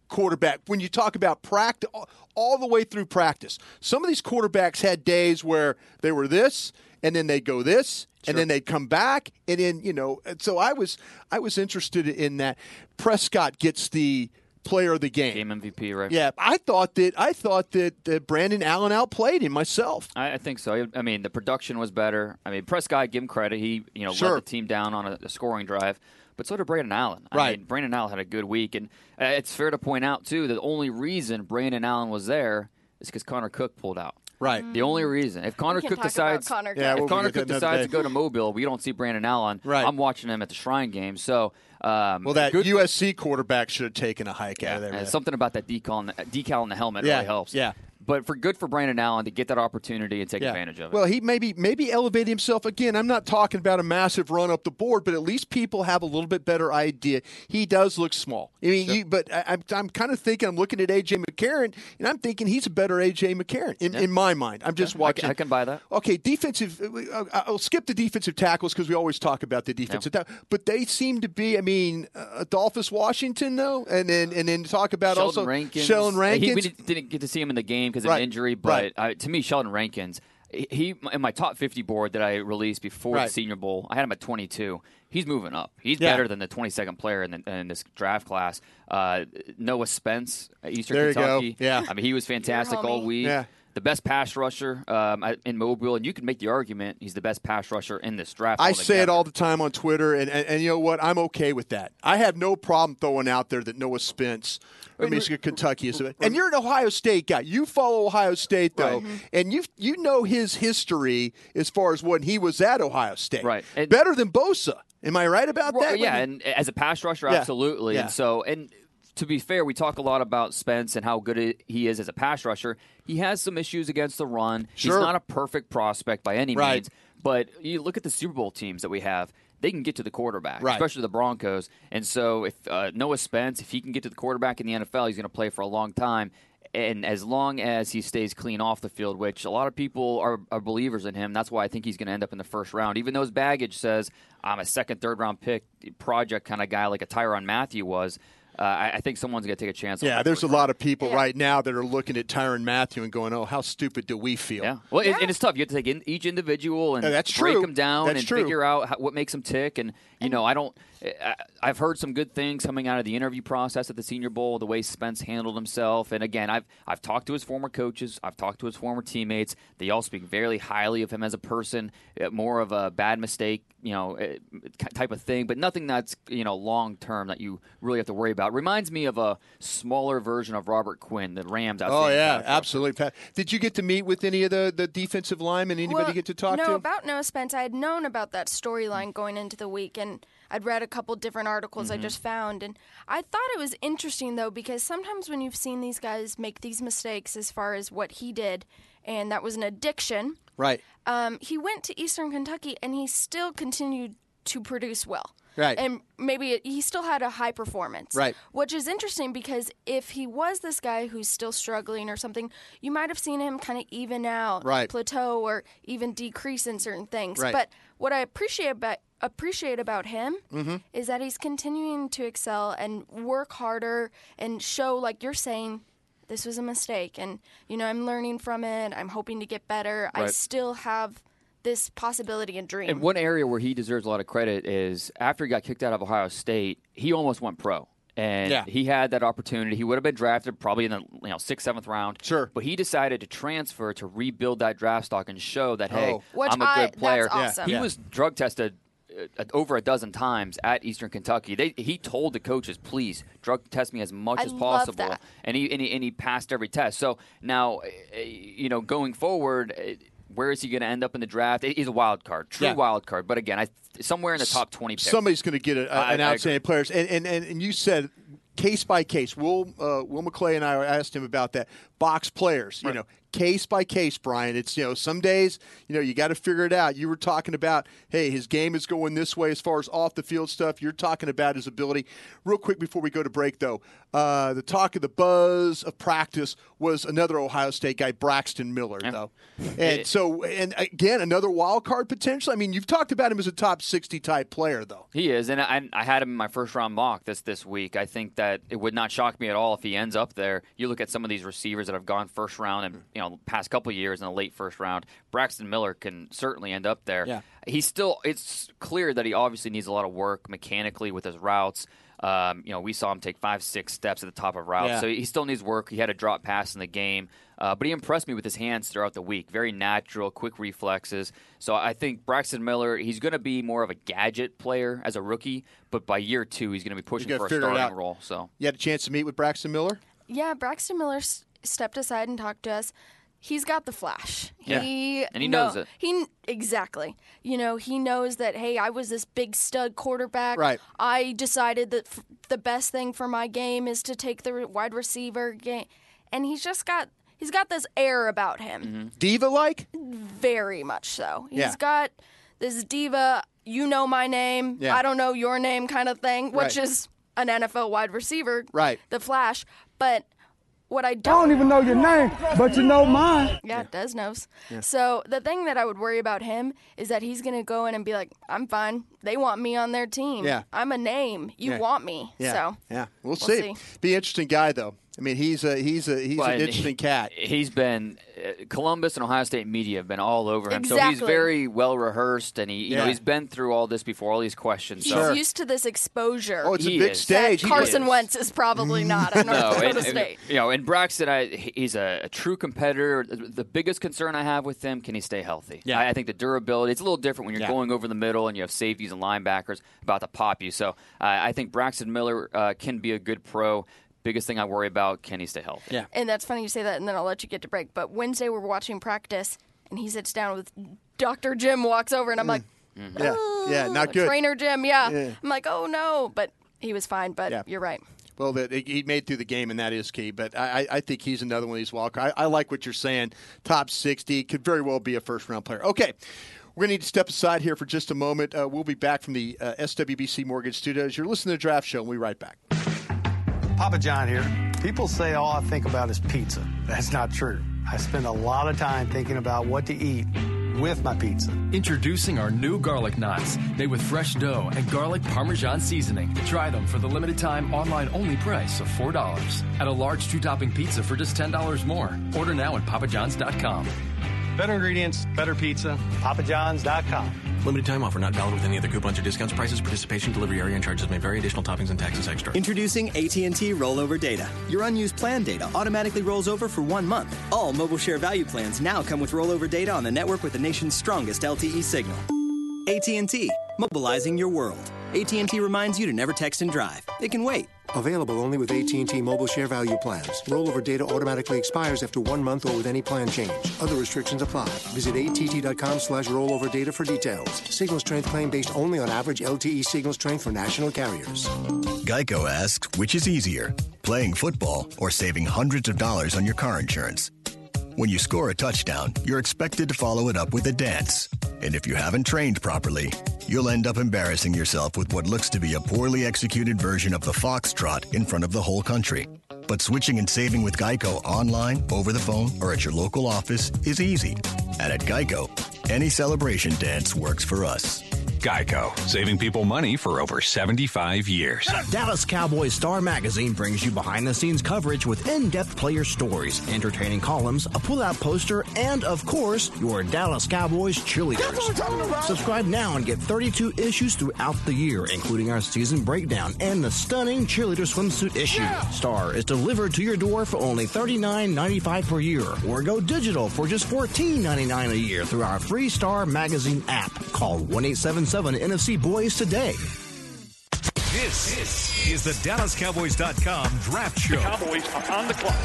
[SPEAKER 4] quarterback when you talk about practice all the way through practice. Some of these quarterbacks had days where they were this and then they go this and then they come back and then you know and so I was I was interested in that Prescott gets the player of the game.
[SPEAKER 6] Game MVP, right?
[SPEAKER 4] Yeah, I thought that I thought that, that Brandon Allen outplayed him myself.
[SPEAKER 6] I, I think so. I, I mean, the production was better. I mean, Prescott, give him credit. He, you know,
[SPEAKER 4] Sure.
[SPEAKER 6] let the team down on a, a scoring drive. But so did Brandon Allen. I
[SPEAKER 4] Right.
[SPEAKER 6] mean, Brandon Allen had a good week, and uh, it's fair to point out too that the only reason Brandon Allen was there is because Connor Cook pulled out.
[SPEAKER 4] Right.
[SPEAKER 6] The only reason, if Connor
[SPEAKER 5] We can
[SPEAKER 6] Cook
[SPEAKER 5] talk about
[SPEAKER 6] decides,
[SPEAKER 5] Connor
[SPEAKER 4] Yeah,
[SPEAKER 5] Cook.
[SPEAKER 4] we'll
[SPEAKER 6] if Connor
[SPEAKER 4] get to
[SPEAKER 6] Cook
[SPEAKER 4] that another
[SPEAKER 6] decides
[SPEAKER 4] day.
[SPEAKER 6] to go to Mobile, we don't see Brandon Allen.
[SPEAKER 4] Right.
[SPEAKER 6] I'm watching him at the Shrine game. So, um,
[SPEAKER 4] Well, that
[SPEAKER 6] good-
[SPEAKER 4] USC quarterback should have taken a hike out of there.
[SPEAKER 6] and
[SPEAKER 4] man.
[SPEAKER 6] something about that decal, in the, decal in the helmet
[SPEAKER 4] Yeah,
[SPEAKER 6] really helps.
[SPEAKER 4] yeah.
[SPEAKER 6] But for good for Brandon Allen to get that opportunity and take
[SPEAKER 4] Yeah.
[SPEAKER 6] advantage of it.
[SPEAKER 4] Well, he maybe maybe elevate himself again. I'm not talking about a massive run up the board, but at least people have a little bit better idea. He does look small. I mean, you, but I, I'm I'm kind of thinking I'm looking at AJ McCarron, and I'm thinking he's a better AJ McCarron in, in my mind. I'm
[SPEAKER 6] I
[SPEAKER 4] just
[SPEAKER 6] ca-
[SPEAKER 4] watching.
[SPEAKER 6] I can buy that.
[SPEAKER 4] Okay, defensive. uh, I'll skip the defensive tackles because we always talk about the defensive tackle, but they seem to be. I mean, uh, Adolphus Washington though, and then and then talk about
[SPEAKER 6] Sheldon
[SPEAKER 4] also
[SPEAKER 6] Rankins.
[SPEAKER 4] Sheldon
[SPEAKER 6] He, we
[SPEAKER 4] Rankins.
[SPEAKER 6] didn't- didn't get to see him in the game because of
[SPEAKER 4] Right,
[SPEAKER 6] an injury,
[SPEAKER 4] right.
[SPEAKER 6] but uh, to me, Sheldon Rankins, he- he in my top 50 board that I released before
[SPEAKER 4] Right.
[SPEAKER 6] the Senior Bowl, I had him at 22. He's moving up. He's
[SPEAKER 4] Yeah.
[SPEAKER 6] better than the 22nd player in, the, in this draft class. Uh, Noah Spence, at Eastern
[SPEAKER 4] There you go.
[SPEAKER 6] Kentucky.
[SPEAKER 4] Yeah.
[SPEAKER 6] I mean, he was fantastic all
[SPEAKER 5] homie.
[SPEAKER 6] week.
[SPEAKER 4] Yeah.
[SPEAKER 6] The best pass rusher um, I- in Mobile, and you can make the argument he's the best pass rusher in this draft.
[SPEAKER 4] I say it
[SPEAKER 6] altogether.
[SPEAKER 4] all the time on Twitter, and, and, and you know what? I'm okay with that. I have no problem throwing out there that Noah Spence from Eastern Kentucky is. And you're an Ohio State guy. You follow Ohio State though, Mm-hmm.
[SPEAKER 6] Right.
[SPEAKER 4] and you you know his history as far as when he was at Ohio State.
[SPEAKER 6] Right. And-
[SPEAKER 4] Better than Bosa. Am I right about
[SPEAKER 6] Well,
[SPEAKER 4] that?
[SPEAKER 6] yeah, and as a pass rusher,
[SPEAKER 4] Yeah.
[SPEAKER 6] absolutely.
[SPEAKER 4] Yeah.
[SPEAKER 6] And so, and to be fair, we talk a lot about Spence and how good it- he is as a pass rusher. He has some issues against the run.
[SPEAKER 4] Sure.
[SPEAKER 6] He's not a perfect prospect by any
[SPEAKER 4] Right.
[SPEAKER 6] means, but you look at the Super Bowl teams that we have. They can get to the quarterback,
[SPEAKER 4] Right.
[SPEAKER 6] especially the Broncos. And so, if uh, Noah Spence, if he can get to the quarterback in the NFL, he's going to play for a long time. And as long as he stays clean off the field, which a lot of people are, are believers in him, that's why I think he's going to end up in the first round. Even though his baggage says I'm a second, third round pick, project kind of guy like a Tyron Matthew was, uh, I, I think someone's going to take a chance. on
[SPEAKER 4] yeah,
[SPEAKER 6] him
[SPEAKER 4] there's
[SPEAKER 6] first
[SPEAKER 4] a
[SPEAKER 6] round.
[SPEAKER 4] lot of people right now that are looking at Tyron Matthew and going, "Oh, how stupid do we feel?"
[SPEAKER 6] Yeah, well, and- and it's tough. You have to take in each individual and
[SPEAKER 4] Yeah, that's
[SPEAKER 6] break
[SPEAKER 4] true.
[SPEAKER 6] them down
[SPEAKER 4] That's
[SPEAKER 6] and
[SPEAKER 4] true.
[SPEAKER 6] figure out how, what makes them tick. And you know, I don't. I, I've heard some good things coming out of the interview process at the Senior Bowl, the way Spence handled himself. And again, I've I've talked to his former coaches, I've talked to his former teammates. They all speak very highly of him as a person. uh, More of a bad mistake, you know, uh, type of thing, but nothing that's you know long term that you really have to worry about. Reminds me of a smaller version of Robert Quinn, the Rams.
[SPEAKER 4] Oh
[SPEAKER 6] outstanding
[SPEAKER 4] yeah,
[SPEAKER 6] pass rusher.
[SPEAKER 4] absolutely. Pat, did you get to meet with any of the, the defensive linemen? Anybody
[SPEAKER 5] Well,
[SPEAKER 4] get to talk
[SPEAKER 5] no,
[SPEAKER 4] to?
[SPEAKER 5] about Noah Spence, I had known about that storyline going into the week, and I'd read a couple different articles
[SPEAKER 4] Mm-hmm.
[SPEAKER 5] I just found, and I thought it was interesting though because sometimes when you've seen these guys make these mistakes as far as what he did, and that was an addiction.
[SPEAKER 4] right.
[SPEAKER 5] Um, he went to Eastern Kentucky, and he still continued to produce well.
[SPEAKER 4] Right.
[SPEAKER 5] And maybe it, he still had a high performance.
[SPEAKER 4] Right.
[SPEAKER 5] Which is interesting because if he was this guy who's still struggling or something, you might have seen him kind of even out,
[SPEAKER 4] Right.
[SPEAKER 5] plateau, or even decrease in certain things.
[SPEAKER 4] Right.
[SPEAKER 5] But what I appreciate about appreciate about him
[SPEAKER 4] Mm-hmm.
[SPEAKER 5] is that he's continuing to excel and work harder and show like you're saying this was a mistake and you know I'm learning from it I'm hoping to get better I
[SPEAKER 6] Right.
[SPEAKER 5] still have this possibility and dream
[SPEAKER 6] And one area where he deserves a lot of credit is after he got kicked out of Ohio State, he almost went pro. And
[SPEAKER 4] Yeah.
[SPEAKER 6] he had that opportunity. He would have been drafted probably in the you know sixth, seventh round.
[SPEAKER 4] Sure.
[SPEAKER 6] But he decided to transfer to rebuild that draft stock and show that hey,
[SPEAKER 4] Oh.
[SPEAKER 5] Which
[SPEAKER 6] I'm a
[SPEAKER 5] I-
[SPEAKER 6] good player.
[SPEAKER 5] that's Yeah. awesome.
[SPEAKER 6] He
[SPEAKER 5] Yeah.
[SPEAKER 6] was drug tested uh, over a dozen times at Eastern Kentucky. They, he told the coaches, "Please drug test me as much
[SPEAKER 5] I
[SPEAKER 6] as
[SPEAKER 5] love
[SPEAKER 6] possible."
[SPEAKER 5] that.
[SPEAKER 6] and he, and he and he passed every test. So now, eh, you know, going forward, eh, where is he going to end up in the draft? He's a wild card, true
[SPEAKER 4] Yeah.
[SPEAKER 6] wild card. But again, I somewhere in the top twenty. Picks.
[SPEAKER 4] Somebody's going to get a, a-
[SPEAKER 6] I-
[SPEAKER 4] an
[SPEAKER 6] I agree.
[SPEAKER 4] outstanding player. And, and and and you said case by case. Will uh, Will McClay and I asked him about that. Box players, you know, case by case. Brian, it's you know some days you know you got to figure it out. You were talking about hey, his game is going this way as far as off the field stuff. You're talking about his ability. Real quick before we go to break though, uh, the talk of the buzz of practice was another Ohio State guy, Braxton Miller though, and so and again another wild card potential. I mean, you've talked about him as a top sixty type player though.
[SPEAKER 6] He is, and I, I had him in my first round mock this this week. I think that it would not shock me at all if he ends up there. You look at some of these receivers that have gone first round and you know past couple years in the late first round. Braxton Miller can certainly end up there.
[SPEAKER 4] Yeah.
[SPEAKER 6] He's still. It's clear that he obviously needs a lot of work mechanically with his routes. Um, you know, we saw him take five, six steps at the top of routes,
[SPEAKER 4] Yeah.
[SPEAKER 6] so he still needs work. He had a drop pass in the game, uh, but he impressed me with his hands throughout the week. Very natural, quick reflexes. So I think Braxton Miller, he's going to be more of a gadget player as a rookie, but by year two, he's going to be pushing
[SPEAKER 4] gotta
[SPEAKER 6] for a
[SPEAKER 4] figure it
[SPEAKER 6] starting
[SPEAKER 4] out.
[SPEAKER 6] role. So
[SPEAKER 4] You had a chance to meet with Braxton Miller.
[SPEAKER 5] Yeah, Braxton Miller s- stepped aside and talked to us. He's got the flash.
[SPEAKER 6] Yeah.
[SPEAKER 5] He
[SPEAKER 6] And he
[SPEAKER 5] kno-
[SPEAKER 6] knows it.
[SPEAKER 5] He kn- exactly. You know, he knows that. Hey, I was this big stud quarterback.
[SPEAKER 4] Right.
[SPEAKER 5] I decided that f- the best thing for my game is to take the re- wide receiver game, and he's just got he's got this air about him,
[SPEAKER 6] Mm-hmm.
[SPEAKER 4] Diva like?
[SPEAKER 5] very much so. He's
[SPEAKER 4] Yeah.
[SPEAKER 5] got this diva. You know my name.
[SPEAKER 4] Yeah.
[SPEAKER 5] I don't know your name, kind of thing, which
[SPEAKER 4] Right.
[SPEAKER 5] is an NFL wide receiver.
[SPEAKER 4] Right.
[SPEAKER 5] The flash, but. What I
[SPEAKER 2] I
[SPEAKER 5] don't
[SPEAKER 2] don't even know your name, but you know mine.
[SPEAKER 5] Yeah, Des knows. So the thing that I would worry about him is that he's gonna go in and be like, "I'm fine. They want me on their team.
[SPEAKER 4] Yeah.
[SPEAKER 5] I'm a name. You
[SPEAKER 4] Yeah.
[SPEAKER 5] want me."
[SPEAKER 4] Yeah.
[SPEAKER 5] So
[SPEAKER 4] yeah, we'll,
[SPEAKER 5] see.
[SPEAKER 4] see. Be an interesting guy though. I mean, he's a he's a he's
[SPEAKER 6] Well,
[SPEAKER 4] an
[SPEAKER 6] and
[SPEAKER 4] interesting
[SPEAKER 6] he-
[SPEAKER 4] cat.
[SPEAKER 6] He's been uh, Columbus and Ohio State media have been all over him, so he's
[SPEAKER 5] Exactly.
[SPEAKER 6] very well rehearsed, and he you
[SPEAKER 4] Yeah.
[SPEAKER 6] know he's been through all this before, all these questions.
[SPEAKER 5] he's
[SPEAKER 6] So
[SPEAKER 5] used to this exposure.
[SPEAKER 4] Oh, it's a
[SPEAKER 6] He
[SPEAKER 4] big
[SPEAKER 6] is.
[SPEAKER 5] that
[SPEAKER 4] stage. He
[SPEAKER 5] Carson
[SPEAKER 6] is.
[SPEAKER 5] Wentz is probably not at North
[SPEAKER 6] No,
[SPEAKER 5] Dakota
[SPEAKER 6] Oh, and,
[SPEAKER 5] State.
[SPEAKER 6] you know, and Braxton, I, he's a, a true competitor. The the biggest concern I have with him, can he stay healthy?
[SPEAKER 4] Yeah.
[SPEAKER 6] I, I think the durability. It's a little different when you're
[SPEAKER 4] Yeah.
[SPEAKER 6] going over the middle and you have safeties and linebackers about to pop you. So uh, I think Braxton Miller uh, can be a good pro. Biggest thing I worry about, can he stay healthy?
[SPEAKER 4] Yeah.
[SPEAKER 5] And that's funny you say that, and then I'll let you get to break. But Wednesday we're watching practice, and he sits down with Dr. Jim, walks over, and I'm like,
[SPEAKER 4] yeah, yeah, Mm. not
[SPEAKER 5] "Ugh,
[SPEAKER 4] good.
[SPEAKER 5] "Oh, Trainer Jim, yeah.
[SPEAKER 4] Yeah.
[SPEAKER 5] I'm like, oh no, but he was fine. But
[SPEAKER 4] Yeah.
[SPEAKER 5] you're right.
[SPEAKER 4] Well, that he- he made through the game, and that is key. But I, I I think he's another one of these wild cards. I, I like what you're saying. Top 60 could very well be a first round player. Okay. We're going to need to step aside here for just a moment. Uh, we'll be back from the uh, SWBC Mortgage Studios. You're listening to the Draft Show, and we'll be right back.
[SPEAKER 7] Papa John here. People say all I think about is pizza. That's not true. I spend a lot of time thinking about what to eat with my pizza.
[SPEAKER 8] Introducing our new garlic knots, made with fresh dough and garlic parmesan seasoning. Try them for the limited time online only price of $4. Add a large two topping pizza for just $10 more. Order now at papajohns.com.
[SPEAKER 3] Better ingredients, better pizza.
[SPEAKER 7] PapaJohns.com.
[SPEAKER 9] Limited time offer not valid with any other coupons or discounts. Prices, participation, delivery area, and charges may vary. Additional toppings and taxes extra.
[SPEAKER 10] Introducing AT&T Rollover Data. Your unused plan data automatically rolls over for one month. All mobile share value plans now come with rollover data on the network with the nation's strongest LTE signal. AT&T, mobilizing your world. AT&T reminds you to never text and drive. It can wait.
[SPEAKER 11] Available only with AT&T Mobile Share Value plans. Rollover data automatically expires after one month or with any plan change. Other restrictions apply. Visit att.com slash rollover data for details. Signal strength claim based only on average LTE signal strength for national carriers.
[SPEAKER 9] Geico asks, which is easier, playing football or saving hundreds of dollars on your car insurance? When you score a touchdown, you're expected to follow it up with a dance. And if you haven't trained properly, you'll end up embarrassing yourself with what looks to be a poorly executed version of the foxtrot in front of the whole country. But switching and saving with Geico online, over the phone, or at your local office is easy. And at Geico, any celebration dance works for us.
[SPEAKER 12] Geico, saving people money for over 75 years.
[SPEAKER 13] Dallas Cowboys Star Magazine brings you behind the scenes coverage with in depth player stories, entertaining columns, a pull out poster, and, of course, your Dallas Cowboys cheerleaders. Subscribe now and get 32 issues throughout the year, including our season breakdown and the stunning cheerleader swimsuit issue. Star is delivered to your door for only $39.95 per year, or go digital for just $14.99 a year through our free Star Magazine app. Call 1 NFC Boys today.
[SPEAKER 1] This is the DallasCowboys.com draft show. Cowboys on the clock.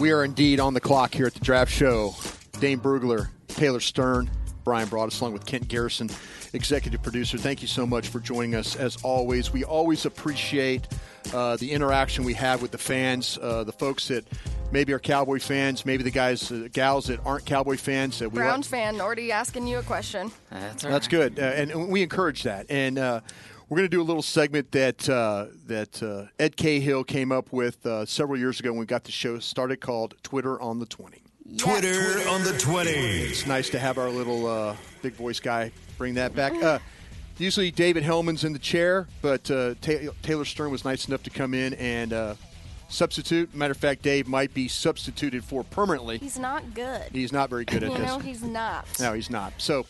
[SPEAKER 4] We are indeed on the clock here at the draft show. Dane Brugler, Taylor Stern, Brian Broadus, along with Kent Garrison, executive producer. Thank you so much for joining us as always. We always appreciate uh, the interaction we have with the fans, uh, the folks that maybe are Cowboy fans, maybe the guys, uh, gals that aren't Cowboy fans. That we
[SPEAKER 5] Brown
[SPEAKER 4] want-
[SPEAKER 5] fan already asking you a question.
[SPEAKER 6] That's
[SPEAKER 4] That's good, uh, and, and we encourage that. And uh, we're going to do a little segment that uh, that uh, Ed Cahill came up with uh, several years ago when we got the show started, called Twitter on the Twenty.
[SPEAKER 1] Twitter, on the 20.
[SPEAKER 4] It's nice to have our little uh, big voice guy bring that back. Uh, usually David Hellman's in the chair, but uh, Ta- Taylor Stern was nice enough to come in and uh, substitute. Matter of fact, Dave might be substituted for permanently.
[SPEAKER 5] He's not good.
[SPEAKER 4] He's not very good at
[SPEAKER 5] you
[SPEAKER 4] this.
[SPEAKER 5] know, he's not.
[SPEAKER 4] No, he's not. So,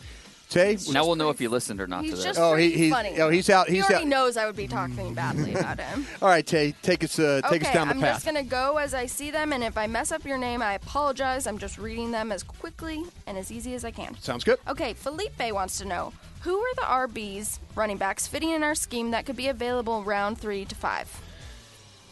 [SPEAKER 4] Tay.
[SPEAKER 6] Now we'll know if you listened or not
[SPEAKER 5] He's
[SPEAKER 6] to
[SPEAKER 5] just
[SPEAKER 6] that.
[SPEAKER 4] Oh, he-
[SPEAKER 5] pretty
[SPEAKER 4] he's-
[SPEAKER 5] funny.
[SPEAKER 4] oh, he's out-
[SPEAKER 5] he
[SPEAKER 4] he's
[SPEAKER 5] already
[SPEAKER 4] out.
[SPEAKER 5] knows I would be talking badly about him.
[SPEAKER 4] All right, Tay, take us uh, take
[SPEAKER 5] okay,
[SPEAKER 4] us down the
[SPEAKER 5] I'm
[SPEAKER 4] path.
[SPEAKER 5] just gonna go as I see them, and if I mess up your name, I apologize. I'm just reading them as quickly and as easy as I can.
[SPEAKER 4] Sounds good.
[SPEAKER 5] Okay, Felipe wants to know who are the RBs running backs fitting in our scheme that could be available round three to five.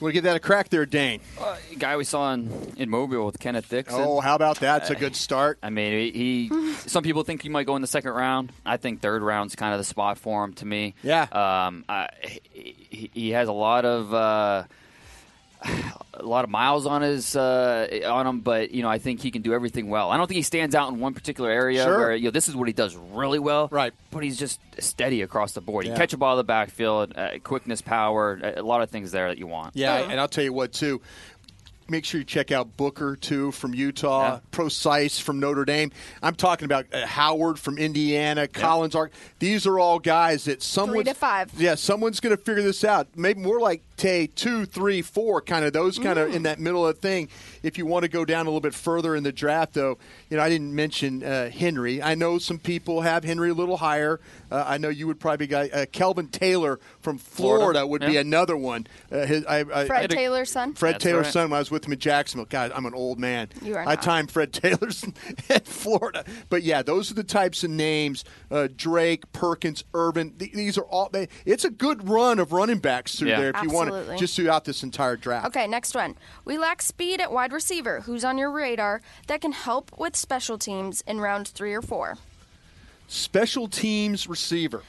[SPEAKER 4] We'll give that a crack there, Dane.
[SPEAKER 6] Uh, guy we saw in, in Mobile with Kenneth Dixon.
[SPEAKER 4] Oh, how about that? It's a good start.
[SPEAKER 6] I mean, he. he- some people think he might go in the second round. I think third round's kind of the spot for him to me.
[SPEAKER 4] Yeah.
[SPEAKER 6] Um. I, he, he has a lot of. Uh, a lot of miles on his uh, on him, but you know I think he can do everything well. I don't think he stands out in one particular area
[SPEAKER 4] Sure.
[SPEAKER 6] where you know this is what he does really well. Right, but he's just steady across the board. He
[SPEAKER 4] Yeah.
[SPEAKER 6] can catch a ball in the backfield, uh, quickness, power, a a lot of things there that you want.
[SPEAKER 4] Yeah, and I'll tell you what too. Make sure you check out Booker too from Utah, Procyse from Notre Dame. I'm talking about uh, Howard from Indiana, Collins. Ark. These are all guys that someone
[SPEAKER 5] to five.
[SPEAKER 4] Yeah, someone's going to figure this out. Maybe more like Tay two, three, four, kind of those kind of in that middle of the thing. If you want to go down a little bit further in the draft, though, you know I didn't mention uh, Henry. I know some people have Henry a little higher. Uh, I know you would probably guy uh, Kelvin Taylor from Florida,
[SPEAKER 6] Florida,
[SPEAKER 4] would
[SPEAKER 6] yeah.
[SPEAKER 4] be another one. Uh, his, I, I,
[SPEAKER 5] Fred
[SPEAKER 4] I-
[SPEAKER 5] Taylor's son?
[SPEAKER 4] Fred
[SPEAKER 5] That's
[SPEAKER 4] Taylor's
[SPEAKER 5] right.
[SPEAKER 4] son. When I was with him in Jacksonville, God, I'm an old man.
[SPEAKER 5] You are
[SPEAKER 4] I
[SPEAKER 5] not.
[SPEAKER 4] timed Fred Taylor's at Florida, but yeah, those are the types of names: uh, Drake, Perkins, Urban. Th- these are all. They, it's a good run of running backs through
[SPEAKER 5] Yeah.
[SPEAKER 4] there if you want to,
[SPEAKER 5] Absolutely.
[SPEAKER 4] just throughout this entire draft.
[SPEAKER 5] Okay, next one. We lack speed at wide receiver. Who's on your radar that can help with special teams in round three or four?
[SPEAKER 4] Special teams receiver.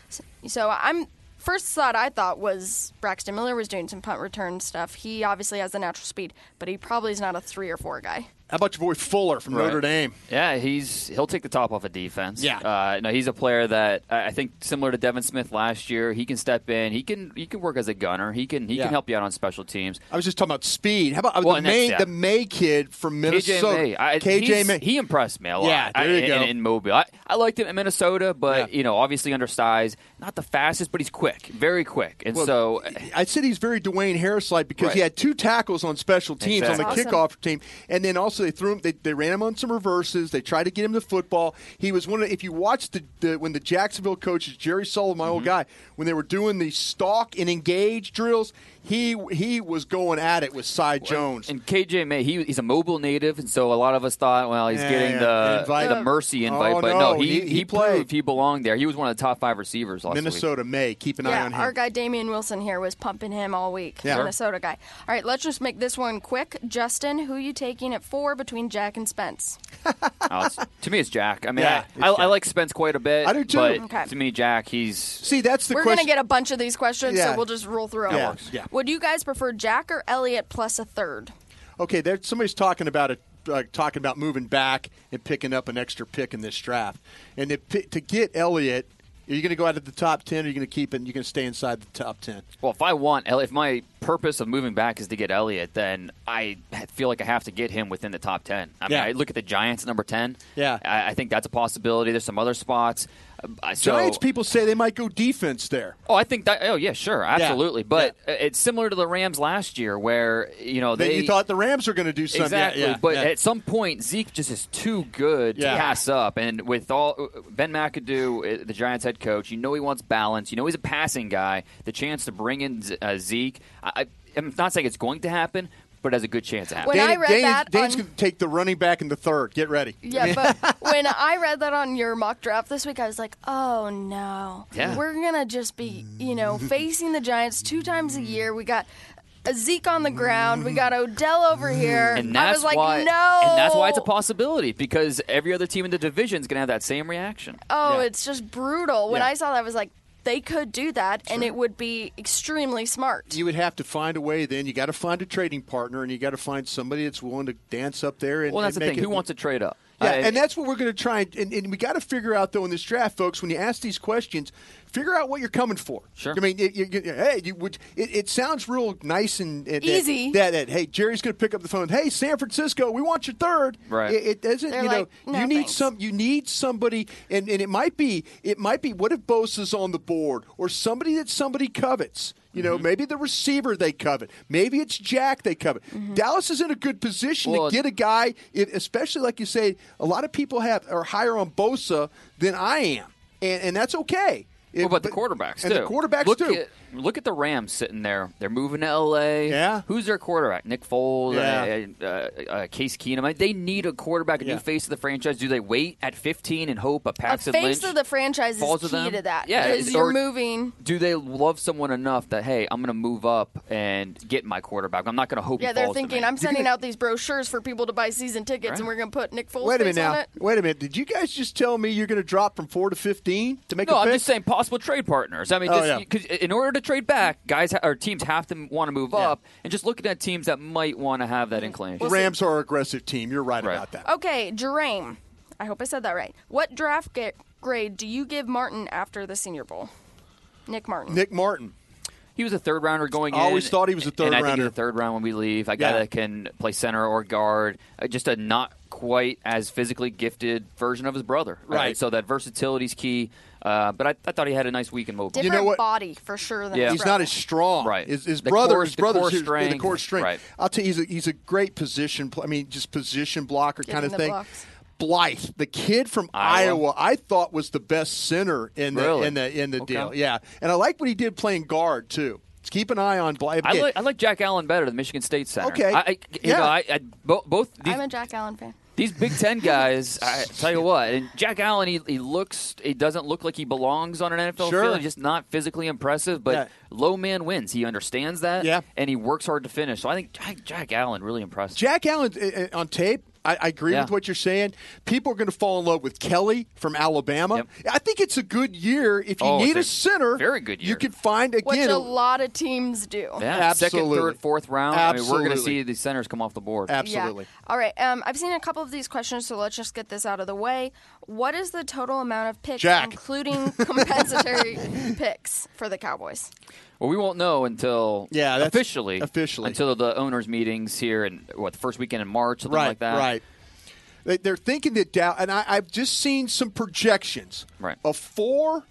[SPEAKER 5] So I'm first thought I thought was Braxton Miller was doing some punt return stuff. He obviously has the natural speed, but he probably is not a three or four guy.
[SPEAKER 4] How about your boy Fuller from
[SPEAKER 6] Right.
[SPEAKER 4] Notre Dame?
[SPEAKER 6] Yeah, he's he'll take the top off a defense.
[SPEAKER 4] Yeah.
[SPEAKER 6] uh, no, he's a player that I I think similar to Devin Smith last year. He can step in. He can he can work as a gunner. He can he
[SPEAKER 4] Yeah.
[SPEAKER 6] can help you out on special teams.
[SPEAKER 4] I was just talking about speed. How about uh,
[SPEAKER 6] Well,
[SPEAKER 4] the
[SPEAKER 6] and that's-
[SPEAKER 4] May
[SPEAKER 6] yeah.
[SPEAKER 4] the May kid from
[SPEAKER 6] KJ
[SPEAKER 4] Minnesota?
[SPEAKER 6] May, I, he's-
[SPEAKER 4] KJ May.
[SPEAKER 6] he impressed me a lot.
[SPEAKER 4] Yeah, there
[SPEAKER 6] I,
[SPEAKER 4] you go.
[SPEAKER 6] In, in Mobile, I, I liked him in Minnesota, but you know, obviously undersized, not the fastest, but he's quick, very quick, and
[SPEAKER 4] Well,
[SPEAKER 6] so
[SPEAKER 4] I said he's very Dwayne Harris like because he
[SPEAKER 6] Right.
[SPEAKER 4] had two tackles on special teams on the
[SPEAKER 6] Exactly.
[SPEAKER 4] kickoff team, and then also they threw him. They, they ran him on some reverses. They tried to get him the football. He was one of. If you watched the, the when the Jacksonville coaches Jerry Sullivan, my
[SPEAKER 6] Mm-hmm.
[SPEAKER 4] old guy, when they were doing the stalk and engage drills, he he was going at it with Cy Jones.
[SPEAKER 6] And KJ May, he, he's a mobile native, and so a lot of us thought, well, he's
[SPEAKER 4] Yeah,
[SPEAKER 6] getting
[SPEAKER 4] yeah,
[SPEAKER 6] the
[SPEAKER 4] invite.
[SPEAKER 6] the mercy invite,
[SPEAKER 4] Oh,
[SPEAKER 6] but no,
[SPEAKER 4] no,
[SPEAKER 6] he,
[SPEAKER 4] he-
[SPEAKER 6] he,
[SPEAKER 4] he
[SPEAKER 6] proved he belonged there. He was one of the top five receivers last
[SPEAKER 4] Minnesota May, keep an eye
[SPEAKER 5] yeah,
[SPEAKER 4] on him.
[SPEAKER 5] our guy Damian Wilson here was pumping him all week.
[SPEAKER 4] Yeah.
[SPEAKER 5] Minnesota guy. All right, let's just make this one quick. Justin, who you taking at four between Jack and Spence?
[SPEAKER 6] week. Oh, it's- to me, it's Jack. I mean,
[SPEAKER 4] Yeah,
[SPEAKER 6] I, I, I like Spence quite a bit.
[SPEAKER 4] I do too.
[SPEAKER 6] But
[SPEAKER 5] Okay.
[SPEAKER 6] to me, Jack, he's
[SPEAKER 4] See, that's the
[SPEAKER 5] We're
[SPEAKER 4] question.
[SPEAKER 5] gonna get a bunch of these questions,
[SPEAKER 4] Yeah.
[SPEAKER 5] so we'll just roll through them.
[SPEAKER 4] Yeah, yeah.
[SPEAKER 5] Would you guys prefer Jack or Elliot plus a third?
[SPEAKER 4] Okay, there, somebody's talking about it, uh, talking about moving back and picking up an extra pick in this draft, and to, pi- to get Elliott Are you going to go out at the top 10 or are you going to keep it and you're going to stay inside the top 10?
[SPEAKER 6] Well, if I want, if my purpose of moving back is to get Elliott, then I feel like I have to get him within the top 10. I mean,
[SPEAKER 4] Yeah.
[SPEAKER 6] I look at the Giants at number 10.
[SPEAKER 4] Yeah.
[SPEAKER 6] I, I think that's a possibility. There's some other spots. Uh, So,
[SPEAKER 4] Giants people say they might go defense there.
[SPEAKER 6] Oh, I think that. Oh, yeah, sure, absolutely. But uh it's similar to the Rams last year, where you know
[SPEAKER 4] That
[SPEAKER 6] they
[SPEAKER 4] you thought the Rams were going to do something. Yeah,
[SPEAKER 6] exactly.
[SPEAKER 4] yeah,
[SPEAKER 6] but
[SPEAKER 4] yeah.
[SPEAKER 6] at some point, Zeke just is too good
[SPEAKER 4] Yeah.
[SPEAKER 6] to pass up. And with all Ben McAdoo, uh, the Giants' head coach, you know he wants balance. You know he's a passing guy. The chance to bring in Z- uh, Zeke, I, I- I'm not saying it's going to happen, but it has a good chance to happen.
[SPEAKER 5] When I read
[SPEAKER 4] Dane,
[SPEAKER 5] that
[SPEAKER 4] Dane's
[SPEAKER 5] on-
[SPEAKER 4] going to take the running back in the third. Get ready.
[SPEAKER 5] Yeah, but when I read that on your mock draft this week, I was like, oh no.
[SPEAKER 4] Yeah.
[SPEAKER 5] We're going to just be, you know, facing the Giants two times a year. We got Zeke on the ground. We got Odell over here.
[SPEAKER 4] Mm.
[SPEAKER 6] and
[SPEAKER 5] I
[SPEAKER 6] that's
[SPEAKER 5] was like,
[SPEAKER 6] why,
[SPEAKER 5] no.
[SPEAKER 6] and that's why it's a possibility because every other team in the division is going to have that same reaction.
[SPEAKER 5] Oh, it's just brutal. When
[SPEAKER 6] Yeah.
[SPEAKER 5] I saw that, I was like, they could do that, and it would be extremely smart.
[SPEAKER 4] You would have to find a way then. You got to find a trading partner and you got to find somebody that's willing to dance up there. And,
[SPEAKER 6] well, that's the
[SPEAKER 4] and
[SPEAKER 6] thing.
[SPEAKER 4] make it-
[SPEAKER 6] Who wants to trade up?
[SPEAKER 4] Yeah,
[SPEAKER 6] I-
[SPEAKER 4] and that's what we're going to try and, and, and we got to figure out though in this draft, folks. When you ask these questions, figure out what you're coming for. Sure. I mean, it, you, you- hey, you would. It, it sounds real nice and, and that-
[SPEAKER 5] Easy.
[SPEAKER 4] That, that, hey, Jerry's going to pick up the phone. Hey, San Francisco, we want your third.
[SPEAKER 6] Right.
[SPEAKER 4] It, it doesn't.
[SPEAKER 5] They're
[SPEAKER 4] you
[SPEAKER 5] like,
[SPEAKER 4] know,
[SPEAKER 5] "No,
[SPEAKER 4] you need
[SPEAKER 5] thanks."
[SPEAKER 4] some. You need somebody, and, and it might be. It might be. What if Bosa's on the board or somebody that somebody covets? You know,
[SPEAKER 6] Mm-hmm.
[SPEAKER 4] maybe the receiver they covet. Maybe it's Jack they covet. Dallas is in a good position
[SPEAKER 6] Mm-hmm. Well,
[SPEAKER 4] to get a guy, it, especially like you say, a lot of people have are higher on Bosa than I am, and, and that's okay. It-
[SPEAKER 6] Well, but the quarterbacks
[SPEAKER 4] and
[SPEAKER 6] too.
[SPEAKER 4] the quarterbacks
[SPEAKER 6] look
[SPEAKER 4] too.
[SPEAKER 6] At, look at the Rams sitting there. They're moving to L.A. Yeah. Who's their quarterback? Nick Foles.
[SPEAKER 4] Yeah.
[SPEAKER 6] Uh, uh, uh, Case Keenum. Like, They need a quarterback, a
[SPEAKER 4] Yeah.
[SPEAKER 6] new face of the franchise. Do they wait at 15 and hope a
[SPEAKER 5] A
[SPEAKER 6] Paxton
[SPEAKER 5] face
[SPEAKER 6] Lynch?
[SPEAKER 5] of the franchise is
[SPEAKER 6] falls to
[SPEAKER 5] key
[SPEAKER 6] them?
[SPEAKER 5] to that.
[SPEAKER 6] Yeah,
[SPEAKER 5] because
[SPEAKER 6] it's-
[SPEAKER 5] you're
[SPEAKER 6] or-
[SPEAKER 5] moving.
[SPEAKER 6] do they love someone enough that hey, I'm going to move up and get my quarterback? I'm not going to hope. he
[SPEAKER 5] Yeah, they're
[SPEAKER 6] falls to
[SPEAKER 5] thinking
[SPEAKER 6] me.
[SPEAKER 5] I'm sending out these brochures for people to buy season tickets, and we're going to put Nick Foles
[SPEAKER 4] Wait a minute
[SPEAKER 5] face on
[SPEAKER 4] now.
[SPEAKER 5] it.
[SPEAKER 4] Wait a minute. Did you guys just tell me you're going to drop from four to fifteen to make
[SPEAKER 6] No,
[SPEAKER 4] a
[SPEAKER 6] I'm
[SPEAKER 4] pick?
[SPEAKER 6] just saying possible trade partners. I mean,
[SPEAKER 4] Oh,
[SPEAKER 6] just,
[SPEAKER 4] yeah.
[SPEAKER 6] 'cause in order to trade back, guys ha- or teams have to want to move up, and just looking at teams that might want to have that inclination.
[SPEAKER 4] The Rams are an aggressive team. You're right, about that.
[SPEAKER 5] Okay, Jerame. I hope I said that right. What draft ga- grade do you give Martin after the Senior Bowl? Nick Martin.
[SPEAKER 4] Nick Martin.
[SPEAKER 6] He was a third rounder going
[SPEAKER 4] I
[SPEAKER 6] in.
[SPEAKER 4] always thought he was a third
[SPEAKER 6] and I think he's
[SPEAKER 4] rounder.
[SPEAKER 6] a third round when we leave. A guy
[SPEAKER 4] Yeah.
[SPEAKER 6] that can play center or guard, uh, just a not quite as physically gifted version of his brother. Uh,
[SPEAKER 4] Right.
[SPEAKER 6] So that versatility is key. Uh, but I, I thought he had a nice week in Mobile.
[SPEAKER 5] Different body for sure than
[SPEAKER 6] Yeah.
[SPEAKER 5] his
[SPEAKER 4] He's
[SPEAKER 5] brother.
[SPEAKER 4] not as strong.
[SPEAKER 6] Right.
[SPEAKER 4] His, his
[SPEAKER 6] The
[SPEAKER 4] brother,
[SPEAKER 6] core-
[SPEAKER 4] his
[SPEAKER 6] the
[SPEAKER 4] brother's
[SPEAKER 6] core
[SPEAKER 4] here- yeah, the
[SPEAKER 6] strength.
[SPEAKER 4] core strength.
[SPEAKER 6] Right.
[SPEAKER 4] I'll tell you, he's a, he's a great position. Pl- I mean, just position blocker
[SPEAKER 5] Getting
[SPEAKER 4] kind of
[SPEAKER 5] the
[SPEAKER 4] thing.
[SPEAKER 5] blocks.
[SPEAKER 4] Blythe, the kid from Iowa.
[SPEAKER 6] Iowa.
[SPEAKER 4] I thought was the best center in the
[SPEAKER 6] Really?
[SPEAKER 4] in the in the
[SPEAKER 6] Okay.
[SPEAKER 4] deal. Yeah, and I like what he did playing guard too. Let's keep an eye on Blythe.
[SPEAKER 6] I like, I like Jack Allen better than Michigan State center.
[SPEAKER 4] Okay.
[SPEAKER 6] I, I, you
[SPEAKER 4] Yeah.
[SPEAKER 6] know, I, I, bo- both these
[SPEAKER 5] I'm a Jack Allen fan.
[SPEAKER 6] These Big Ten guys, I tell you what, and Jack Allen, he, he looks, he doesn't look like he belongs on an NFL
[SPEAKER 4] Sure.
[SPEAKER 6] field. He's just not physically impressive, but
[SPEAKER 4] Yeah.
[SPEAKER 6] low man wins. He understands that,
[SPEAKER 4] Yeah.
[SPEAKER 6] and he works hard to finish. So I think Jack, Jack Allen really impressive.
[SPEAKER 4] Jack Allen uh, uh, on tape. I, I agree
[SPEAKER 6] Yeah.
[SPEAKER 4] with what you're saying. People are going to fall in love with Kelly from Alabama. I think it's a good year if you
[SPEAKER 6] Oh,
[SPEAKER 4] need a
[SPEAKER 6] it's a
[SPEAKER 4] center.
[SPEAKER 6] very good
[SPEAKER 4] You
[SPEAKER 6] year.
[SPEAKER 4] could find again.
[SPEAKER 5] Which a lot of teams do.
[SPEAKER 6] yeah, second,
[SPEAKER 4] absolutely.
[SPEAKER 6] third, fourth round. I mean, we're going to
[SPEAKER 4] Absolutely.
[SPEAKER 6] see these centers come off the board.
[SPEAKER 5] Yeah. All right. Um, I've seen a couple of these questions, so let's just get this out of the way. What is the total amount of picks,
[SPEAKER 6] Jack.
[SPEAKER 5] including compensatory picks, for the Cowboys?
[SPEAKER 6] Well, we won't know until
[SPEAKER 4] Yeah, that's-
[SPEAKER 6] officially,
[SPEAKER 4] officially.
[SPEAKER 6] until the owners' meetings here in what the first weekend in March, something
[SPEAKER 4] right,
[SPEAKER 6] like that.
[SPEAKER 4] Right. They, they're thinking that Dow, and I, I've just seen some projections
[SPEAKER 6] Right.
[SPEAKER 4] of four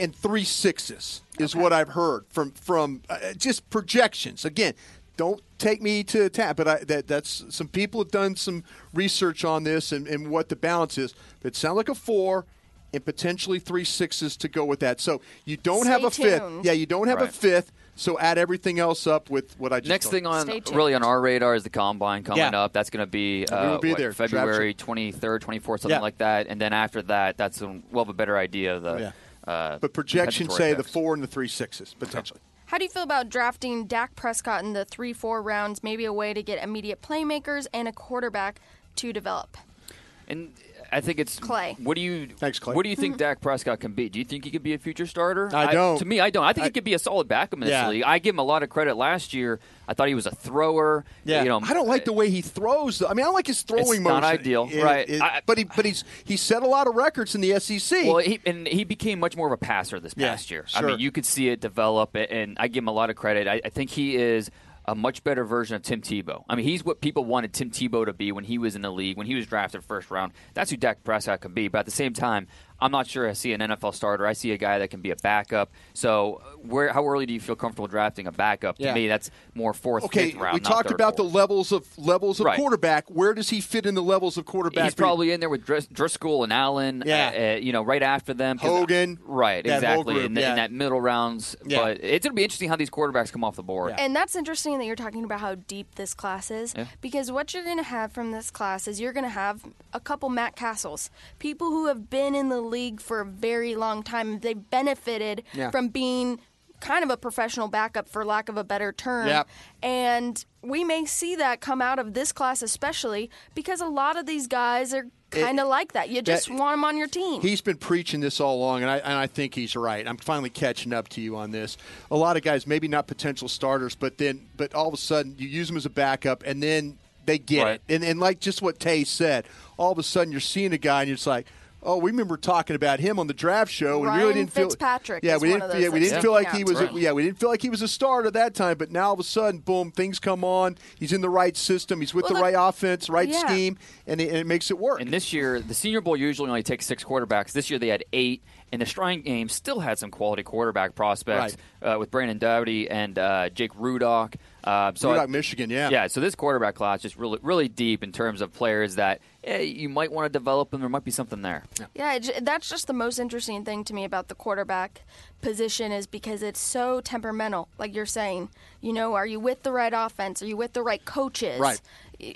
[SPEAKER 4] and three sixes is what I've heard from from uh, just projections. Again, don't take me to tap, but I, that that's some people have done some research on this and, and what the balance is. But it sounds like a four. And potentially three sixes to go with that. So you don't
[SPEAKER 6] Stay
[SPEAKER 4] have a fifth.
[SPEAKER 6] tuned.
[SPEAKER 4] Yeah, you don't have a
[SPEAKER 6] Right.
[SPEAKER 4] fifth. So add everything else up with what I just
[SPEAKER 6] Next
[SPEAKER 4] told
[SPEAKER 6] thing
[SPEAKER 4] you.
[SPEAKER 6] on really on our radar is the combine coming
[SPEAKER 4] Yeah.
[SPEAKER 6] up. That's going to be,
[SPEAKER 4] we
[SPEAKER 6] uh,
[SPEAKER 4] will be
[SPEAKER 6] what,
[SPEAKER 4] there. Draft
[SPEAKER 6] February twenty third, twenty fourth, something
[SPEAKER 4] Yeah. Oh,
[SPEAKER 6] like that. And then after that, that's when we'll have a better idea of the. Uh,
[SPEAKER 4] But projections say
[SPEAKER 6] compensatory
[SPEAKER 4] the
[SPEAKER 6] picks.
[SPEAKER 4] four and the three sixes potentially.
[SPEAKER 5] How do you feel about drafting Dak Prescott in the three, four rounds? Maybe a way to get immediate playmakers and a quarterback to develop.
[SPEAKER 6] And I think it's
[SPEAKER 5] Clay.
[SPEAKER 6] What do you?
[SPEAKER 4] Thanks, Clay.
[SPEAKER 6] What do you think Dak Prescott can be? Do you think he could be a future starter?
[SPEAKER 4] I don't.
[SPEAKER 6] to me, I don't. I think
[SPEAKER 4] I-
[SPEAKER 6] he could be a solid backup in this
[SPEAKER 4] Yeah.
[SPEAKER 6] league. I give him a lot of credit last year. I thought he was a thrower.
[SPEAKER 4] Yeah,
[SPEAKER 6] you know,
[SPEAKER 4] I don't like the way he throws. though. I mean, I like his throwing
[SPEAKER 6] It's
[SPEAKER 4] motion.
[SPEAKER 6] not ideal,
[SPEAKER 4] It-
[SPEAKER 6] right.
[SPEAKER 4] it-
[SPEAKER 6] I-
[SPEAKER 4] but he, but he's he set a lot of records in the E SEC.
[SPEAKER 6] Well, he, and he became much more of a passer this
[SPEAKER 4] Yeah,
[SPEAKER 6] past year. I
[SPEAKER 4] sure.
[SPEAKER 6] mean, you could see it develop, a- and I give him a lot of credit. I, I think he is a much better version of Tim Tebow. I mean, he's what people wanted Tim Tebow to be when he was in the league, when he was drafted first round. That's who Dak Prescott could be. But at the same time, I'm not sure I see an NFL starter. I see a guy that can be a backup. So, uh, where how early do you feel comfortable drafting a backup?
[SPEAKER 4] Yeah.
[SPEAKER 6] To me, that's more fourth,
[SPEAKER 4] okay,
[SPEAKER 6] fifth round.
[SPEAKER 4] we
[SPEAKER 6] not
[SPEAKER 4] talked
[SPEAKER 6] third,
[SPEAKER 4] about
[SPEAKER 6] fourth.
[SPEAKER 4] the levels of levels of
[SPEAKER 6] Right.
[SPEAKER 4] quarterback. Where does he fit in the levels of quarterback?
[SPEAKER 6] He's
[SPEAKER 4] for you?
[SPEAKER 6] probably in there with Dris- Driscoll and Allen.
[SPEAKER 4] Yeah.
[SPEAKER 6] uh, uh, you know, right after them. 'cause-
[SPEAKER 4] Hogan,
[SPEAKER 6] Right,
[SPEAKER 4] that whole
[SPEAKER 6] exactly.
[SPEAKER 4] group,
[SPEAKER 6] in, the,
[SPEAKER 4] yeah.
[SPEAKER 6] in that middle rounds.
[SPEAKER 4] Yeah.
[SPEAKER 6] But it's going to be interesting how these quarterbacks come off the board.
[SPEAKER 5] And that's interesting that you're talking about how deep this class is
[SPEAKER 6] Yeah.
[SPEAKER 5] because what you're going to have from this class is you're going to have a couple Matt Castles, people who have been in the league for a very long time. They benefited
[SPEAKER 14] Yeah.
[SPEAKER 5] from being kind of a professional backup, for lack of a better term.
[SPEAKER 14] Yep.
[SPEAKER 5] And we may see that come out of this class, especially because a lot of these guys are
[SPEAKER 4] It-
[SPEAKER 5] kind of like that. You
[SPEAKER 4] that-
[SPEAKER 5] just want them on your team.
[SPEAKER 4] He's been preaching this all along, and I, and I think he's right. I'm finally catching up to you on this. A lot of guys, maybe not potential starters, but then, but all of a sudden, you use them as a backup, and then they get
[SPEAKER 6] Right.
[SPEAKER 4] it. And, and like just what Tay said, all of a sudden, you're seeing a guy, and you're just like, oh, we remember talking about him on the draft show, and we really
[SPEAKER 5] Ryan
[SPEAKER 4] didn't feel
[SPEAKER 5] Fitzpatrick
[SPEAKER 4] Yeah,
[SPEAKER 5] is
[SPEAKER 4] we
[SPEAKER 5] one
[SPEAKER 4] didn't.
[SPEAKER 5] of those
[SPEAKER 4] yeah, we
[SPEAKER 5] that's
[SPEAKER 4] didn't feel like
[SPEAKER 5] sticking
[SPEAKER 4] he
[SPEAKER 5] out
[SPEAKER 4] was.
[SPEAKER 5] to
[SPEAKER 4] A,
[SPEAKER 5] me.
[SPEAKER 4] yeah, we didn't feel like he was a starter at that time. But now all of a sudden, boom, things come on. He's in the right system. He's with
[SPEAKER 5] Well,
[SPEAKER 4] the
[SPEAKER 5] look-
[SPEAKER 4] right offense, right
[SPEAKER 5] Yeah.
[SPEAKER 4] scheme, and it, and it makes it work.
[SPEAKER 6] And this year, the Senior Bowl usually only takes six quarterbacks. This year, they had eight, and the Shrine Game still had some quality quarterback prospects uh, with Brandon Dougherty and uh, Jake Rudock. Uh, so
[SPEAKER 4] Rudock, Michigan, yeah.
[SPEAKER 6] yeah. So this quarterback class is really, really deep in terms of players that eh, you might want to develop, and there might be something there.
[SPEAKER 5] Yeah, it ju- that's just the most interesting thing to me about the quarterback position is because it's so temperamental. Like you're saying, you know, are you with the right offense? Are you with the right coaches?
[SPEAKER 4] Right.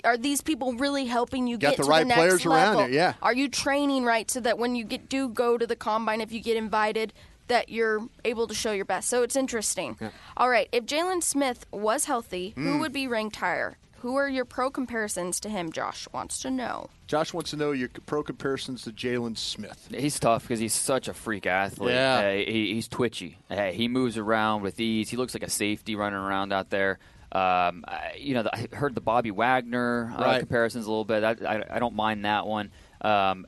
[SPEAKER 5] Are these people really helping you
[SPEAKER 4] Got
[SPEAKER 5] get
[SPEAKER 4] the
[SPEAKER 5] to
[SPEAKER 4] right
[SPEAKER 5] the next
[SPEAKER 4] players around
[SPEAKER 5] level?
[SPEAKER 4] you, yeah.
[SPEAKER 5] Are you training right so that when you get do go to the combine, if you get invited, that you're able to show your best? So it's interesting.
[SPEAKER 14] Yeah.
[SPEAKER 5] All right, if Jalen Smith was healthy, who
[SPEAKER 4] Mm.
[SPEAKER 5] would be ranked higher? Who are your pro comparisons to him? Josh wants to know.
[SPEAKER 4] Josh wants to know your pro comparisons to Jalen Smith.
[SPEAKER 6] He's tough because he's such a freak athlete.
[SPEAKER 4] Yeah.
[SPEAKER 6] Uh, he, he's twitchy. Uh, he moves around with ease. He looks like a safety running around out there. Um, I, you know, the, I heard the Bobby Wagner uh,
[SPEAKER 4] Right.
[SPEAKER 6] comparisons a little bit. I, I, I don't mind that one. Um,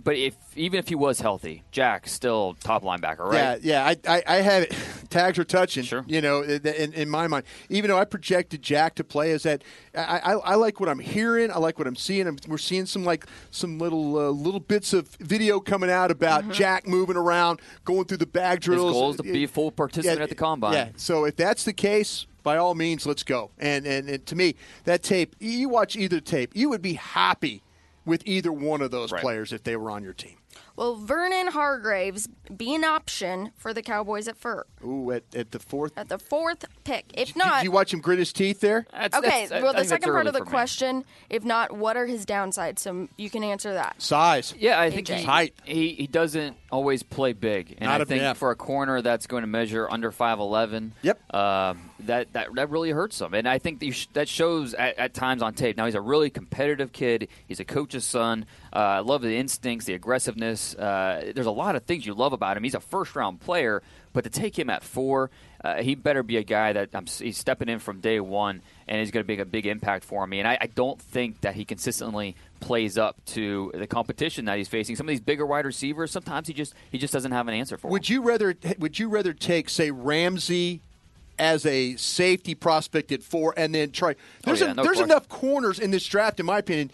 [SPEAKER 6] but if even if he was healthy, Jack's still top linebacker, right?
[SPEAKER 4] Yeah, yeah. I, I, I had it. Tags are touching. Sure. You know, in, in in my mind, even though I projected Jack to play, is that I, I, I like what I'm hearing. I like what I'm seeing. I'm, we're seeing some like some little uh, little bits of video coming out about Jack moving around, going through the bag
[SPEAKER 6] Mm-hmm. His
[SPEAKER 4] drills. Uh,
[SPEAKER 6] goal is to be a full participant
[SPEAKER 4] Yeah,
[SPEAKER 6] at the combine.
[SPEAKER 4] Yeah. So if that's the case, by all means, let's go. And and, and to me, that tape. You watch either tape, you would be happy with either one of those players if they were on your team.
[SPEAKER 5] Will Vernon Hargraves be an option for the Cowboys at fir-
[SPEAKER 4] Ooh, at, at the fourth.
[SPEAKER 5] at the fourth pick? If
[SPEAKER 4] Did
[SPEAKER 5] not,
[SPEAKER 4] you watch him grit his teeth there?
[SPEAKER 5] okay. well, the second part of the question, if not, what are his downsides? So m- you can answer that.
[SPEAKER 4] Size.
[SPEAKER 6] Yeah, I think
[SPEAKER 5] AJ.
[SPEAKER 6] he, he he doesn't always play big, and
[SPEAKER 4] Not
[SPEAKER 6] I
[SPEAKER 4] a-
[SPEAKER 6] think
[SPEAKER 4] yeah.
[SPEAKER 6] for a corner that's going to measure under five eleven,
[SPEAKER 4] yep,
[SPEAKER 6] um, that that that really hurts him, and I think that, you sh- that shows at, at times on tape. Now he's a really competitive kid. He's a coach's son. Uh, I love the instincts, the aggressiveness. Uh, there's a lot of things you love about him. He's a first round player, but to take him at four, uh, he better be a guy that I'm, s- he's stepping in from day one and is going to make a big impact for me. And I, I don't think that he consistently plays up to the competition that he's facing. Some of these bigger wide receivers, sometimes he just he just doesn't have an answer for. 'em.
[SPEAKER 4] Would you rather would you rather take say Ramsey as a safety prospect at four and then try there's,
[SPEAKER 6] Oh, yeah,
[SPEAKER 4] a-
[SPEAKER 6] no
[SPEAKER 4] there's
[SPEAKER 6] question.
[SPEAKER 4] enough corners in this draft in my opinion.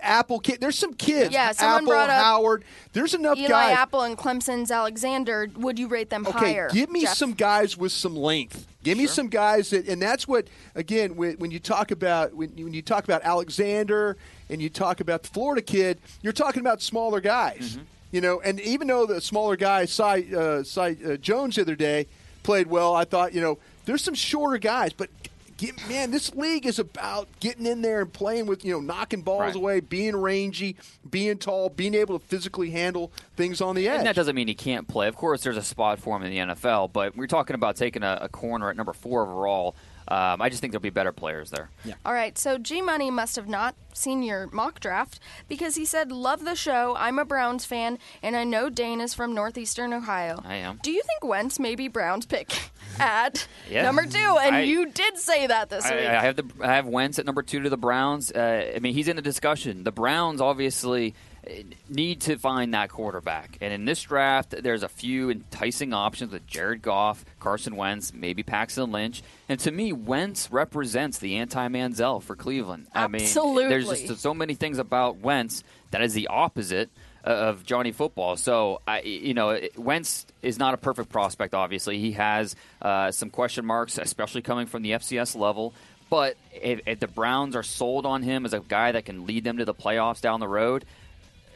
[SPEAKER 4] Apple kid there's some kids.
[SPEAKER 5] Yeah, someone
[SPEAKER 4] Apple,
[SPEAKER 5] brought up
[SPEAKER 4] Howard. There's enough
[SPEAKER 5] Eli
[SPEAKER 4] guys.
[SPEAKER 5] Apple and Clemson's Alexander. Would you rate them
[SPEAKER 4] Okay,
[SPEAKER 5] higher?
[SPEAKER 4] give me
[SPEAKER 5] Jeff?
[SPEAKER 4] some guys with some length. Give me some guys that, and that's what again when, when you talk about when you, when you talk about Alexander and you talk about the Florida kid, you're talking about smaller guys, you know. And even though the smaller guy, Cy, uh, Cy uh, Jones, the other day played well, I thought you know there's some shorter guys, but. Get, man, this league is about getting in there and playing with you know knocking balls
[SPEAKER 6] Right.
[SPEAKER 4] away, being rangy, being tall, being able to physically handle things on the edge.
[SPEAKER 6] And that doesn't mean he can't play. Of course, there's a spot for him in the NFL, but we're talking about taking a, a corner at number four overall. Um, I just think there'll be better players there.
[SPEAKER 13] Yeah.
[SPEAKER 5] All right, so G Money must have not seen your mock draft because he said, Love the show. I'm a Browns fan, and I know Dane is from Northeastern Ohio.
[SPEAKER 6] I am.
[SPEAKER 5] Do you think Wentz may be Browns pick at
[SPEAKER 6] Yeah.
[SPEAKER 5] number two? And
[SPEAKER 6] I-
[SPEAKER 5] you did say that this
[SPEAKER 6] I,
[SPEAKER 5] week.
[SPEAKER 6] I have the I have Wentz at number two to the Browns. Uh, I mean, he's in the discussion. The Browns obviously eh, need to find that quarterback, and in this draft, there's a few enticing options with Jared Goff, Carson Wentz, maybe Paxton Lynch, and to me, Wentz represents the anti-Manziel for Cleveland. I mean, there's
[SPEAKER 5] Absolutely.
[SPEAKER 6] just so many things about Wentz that is the opposite uh, of Johnny Football. So I, you know, Wentz is not a perfect prospect. Obviously, he has uh, some question marks, especially coming from the FCS level. But if, if the Browns are sold on him as a guy that can lead them to the playoffs down the road,